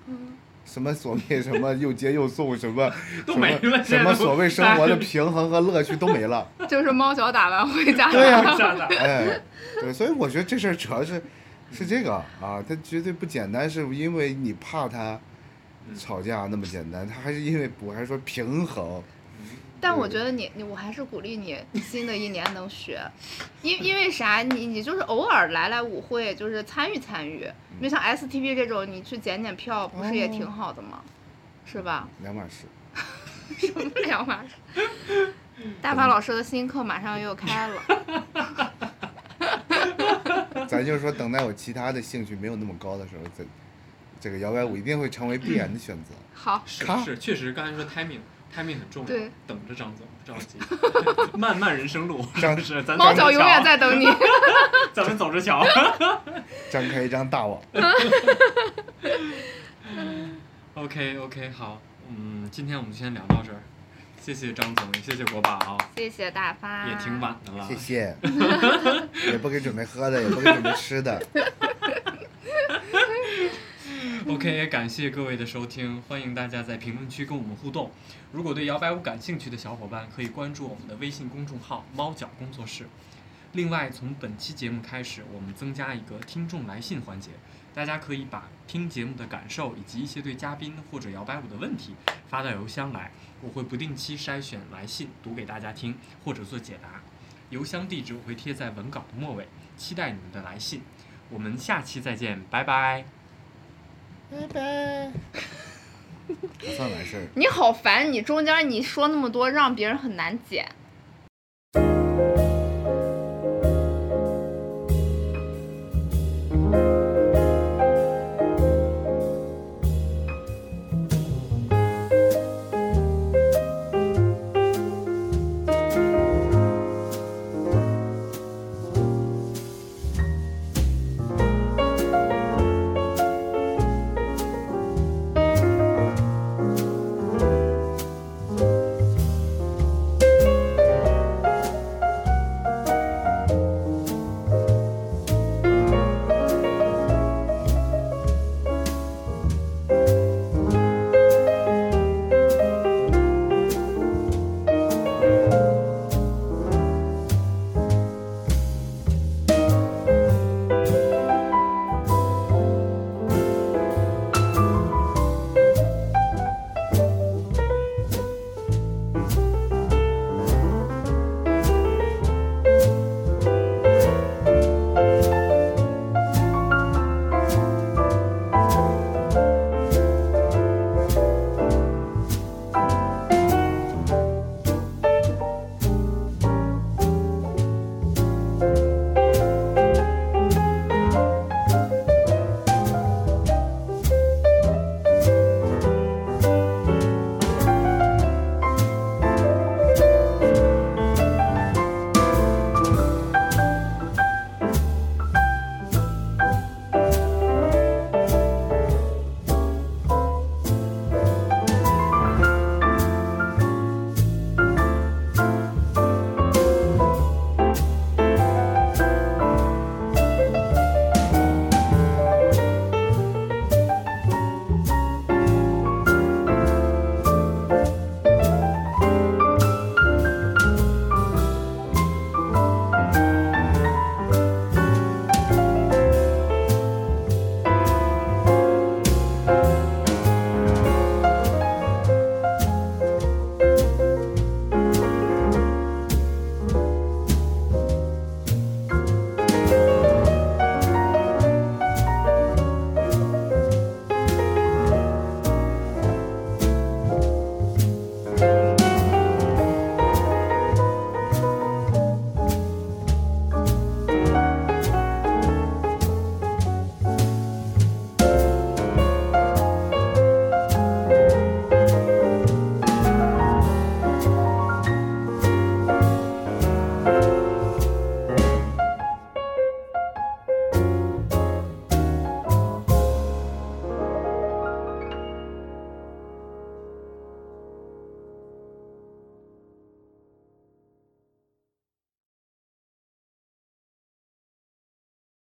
[SPEAKER 3] 嗯
[SPEAKER 2] 什么所谓什么又接又送什么
[SPEAKER 1] 啊都没
[SPEAKER 2] 什么
[SPEAKER 1] 了现在
[SPEAKER 2] 什么
[SPEAKER 1] 都
[SPEAKER 2] 所谓生活的平衡和乐趣都没了。
[SPEAKER 3] 就是猫脚打完回家，
[SPEAKER 2] 对呀、
[SPEAKER 1] 吓到
[SPEAKER 2] 哎，对，所以我觉得这事儿主要是是这个啊，它绝对不简单，是因为你怕他
[SPEAKER 1] 嗯
[SPEAKER 2] 吵架那么简单，他还是因为我还是说平衡，
[SPEAKER 3] 但
[SPEAKER 1] 嗯
[SPEAKER 3] 我觉得你你我还是鼓励你新的一年能学，因因为啥？你你就是偶尔来来舞会，就是参与参与。
[SPEAKER 1] 嗯
[SPEAKER 3] 你像 STP 这种，你去捡捡票，不是也
[SPEAKER 1] 哦
[SPEAKER 3] 挺好的吗？是吧？
[SPEAKER 2] 两码事。
[SPEAKER 3] 什么两码事？ 大发老师的新课马上又开了，
[SPEAKER 2] 咱就是说，等待我其他的兴趣没有那么高的时候，这这个摇摆舞一定会成为必然的选 择。
[SPEAKER 3] 好，
[SPEAKER 1] 是
[SPEAKER 2] 咔
[SPEAKER 1] 是，确实，刚才说 timing timing 很重要，
[SPEAKER 3] 对
[SPEAKER 1] 等着张总，不着 急，漫漫人生路，是
[SPEAKER 2] 张
[SPEAKER 1] 不是？咱
[SPEAKER 3] 猫
[SPEAKER 1] 走
[SPEAKER 3] 脚
[SPEAKER 1] 着
[SPEAKER 3] 永远
[SPEAKER 1] 瞧，
[SPEAKER 3] 在 等你。
[SPEAKER 1] 咱们走着 瞧。
[SPEAKER 2] 张开一张大网，
[SPEAKER 1] OK OK，好，嗯，今天我们先聊到这儿，谢谢张总，也谢谢国宝，
[SPEAKER 3] 谢谢大发，
[SPEAKER 1] 也挺晚的了，
[SPEAKER 2] 谢谢。也不给准备喝的，也不给准备吃的。啊
[SPEAKER 1] OK，也感谢各位的收听，欢迎大家在评论区跟我们互动。如果对摇摆舞感兴趣的小伙伴，可以关注我们的微信公众号“猫脚工作室”。另外，从本期节目开始，我们增加一个听众来信环节，大家可以把听节目的感受以及一些对嘉宾或者摇摆舞的问题发到邮箱来，我会不定期筛选来信读给大家听，或者做解答。邮箱地址我会贴在文稿的末尾，期待你们的来信。我们下期再见，拜拜。
[SPEAKER 2] 不算完事儿。
[SPEAKER 3] 你好烦，你中间你说那么多，让别人很难剪。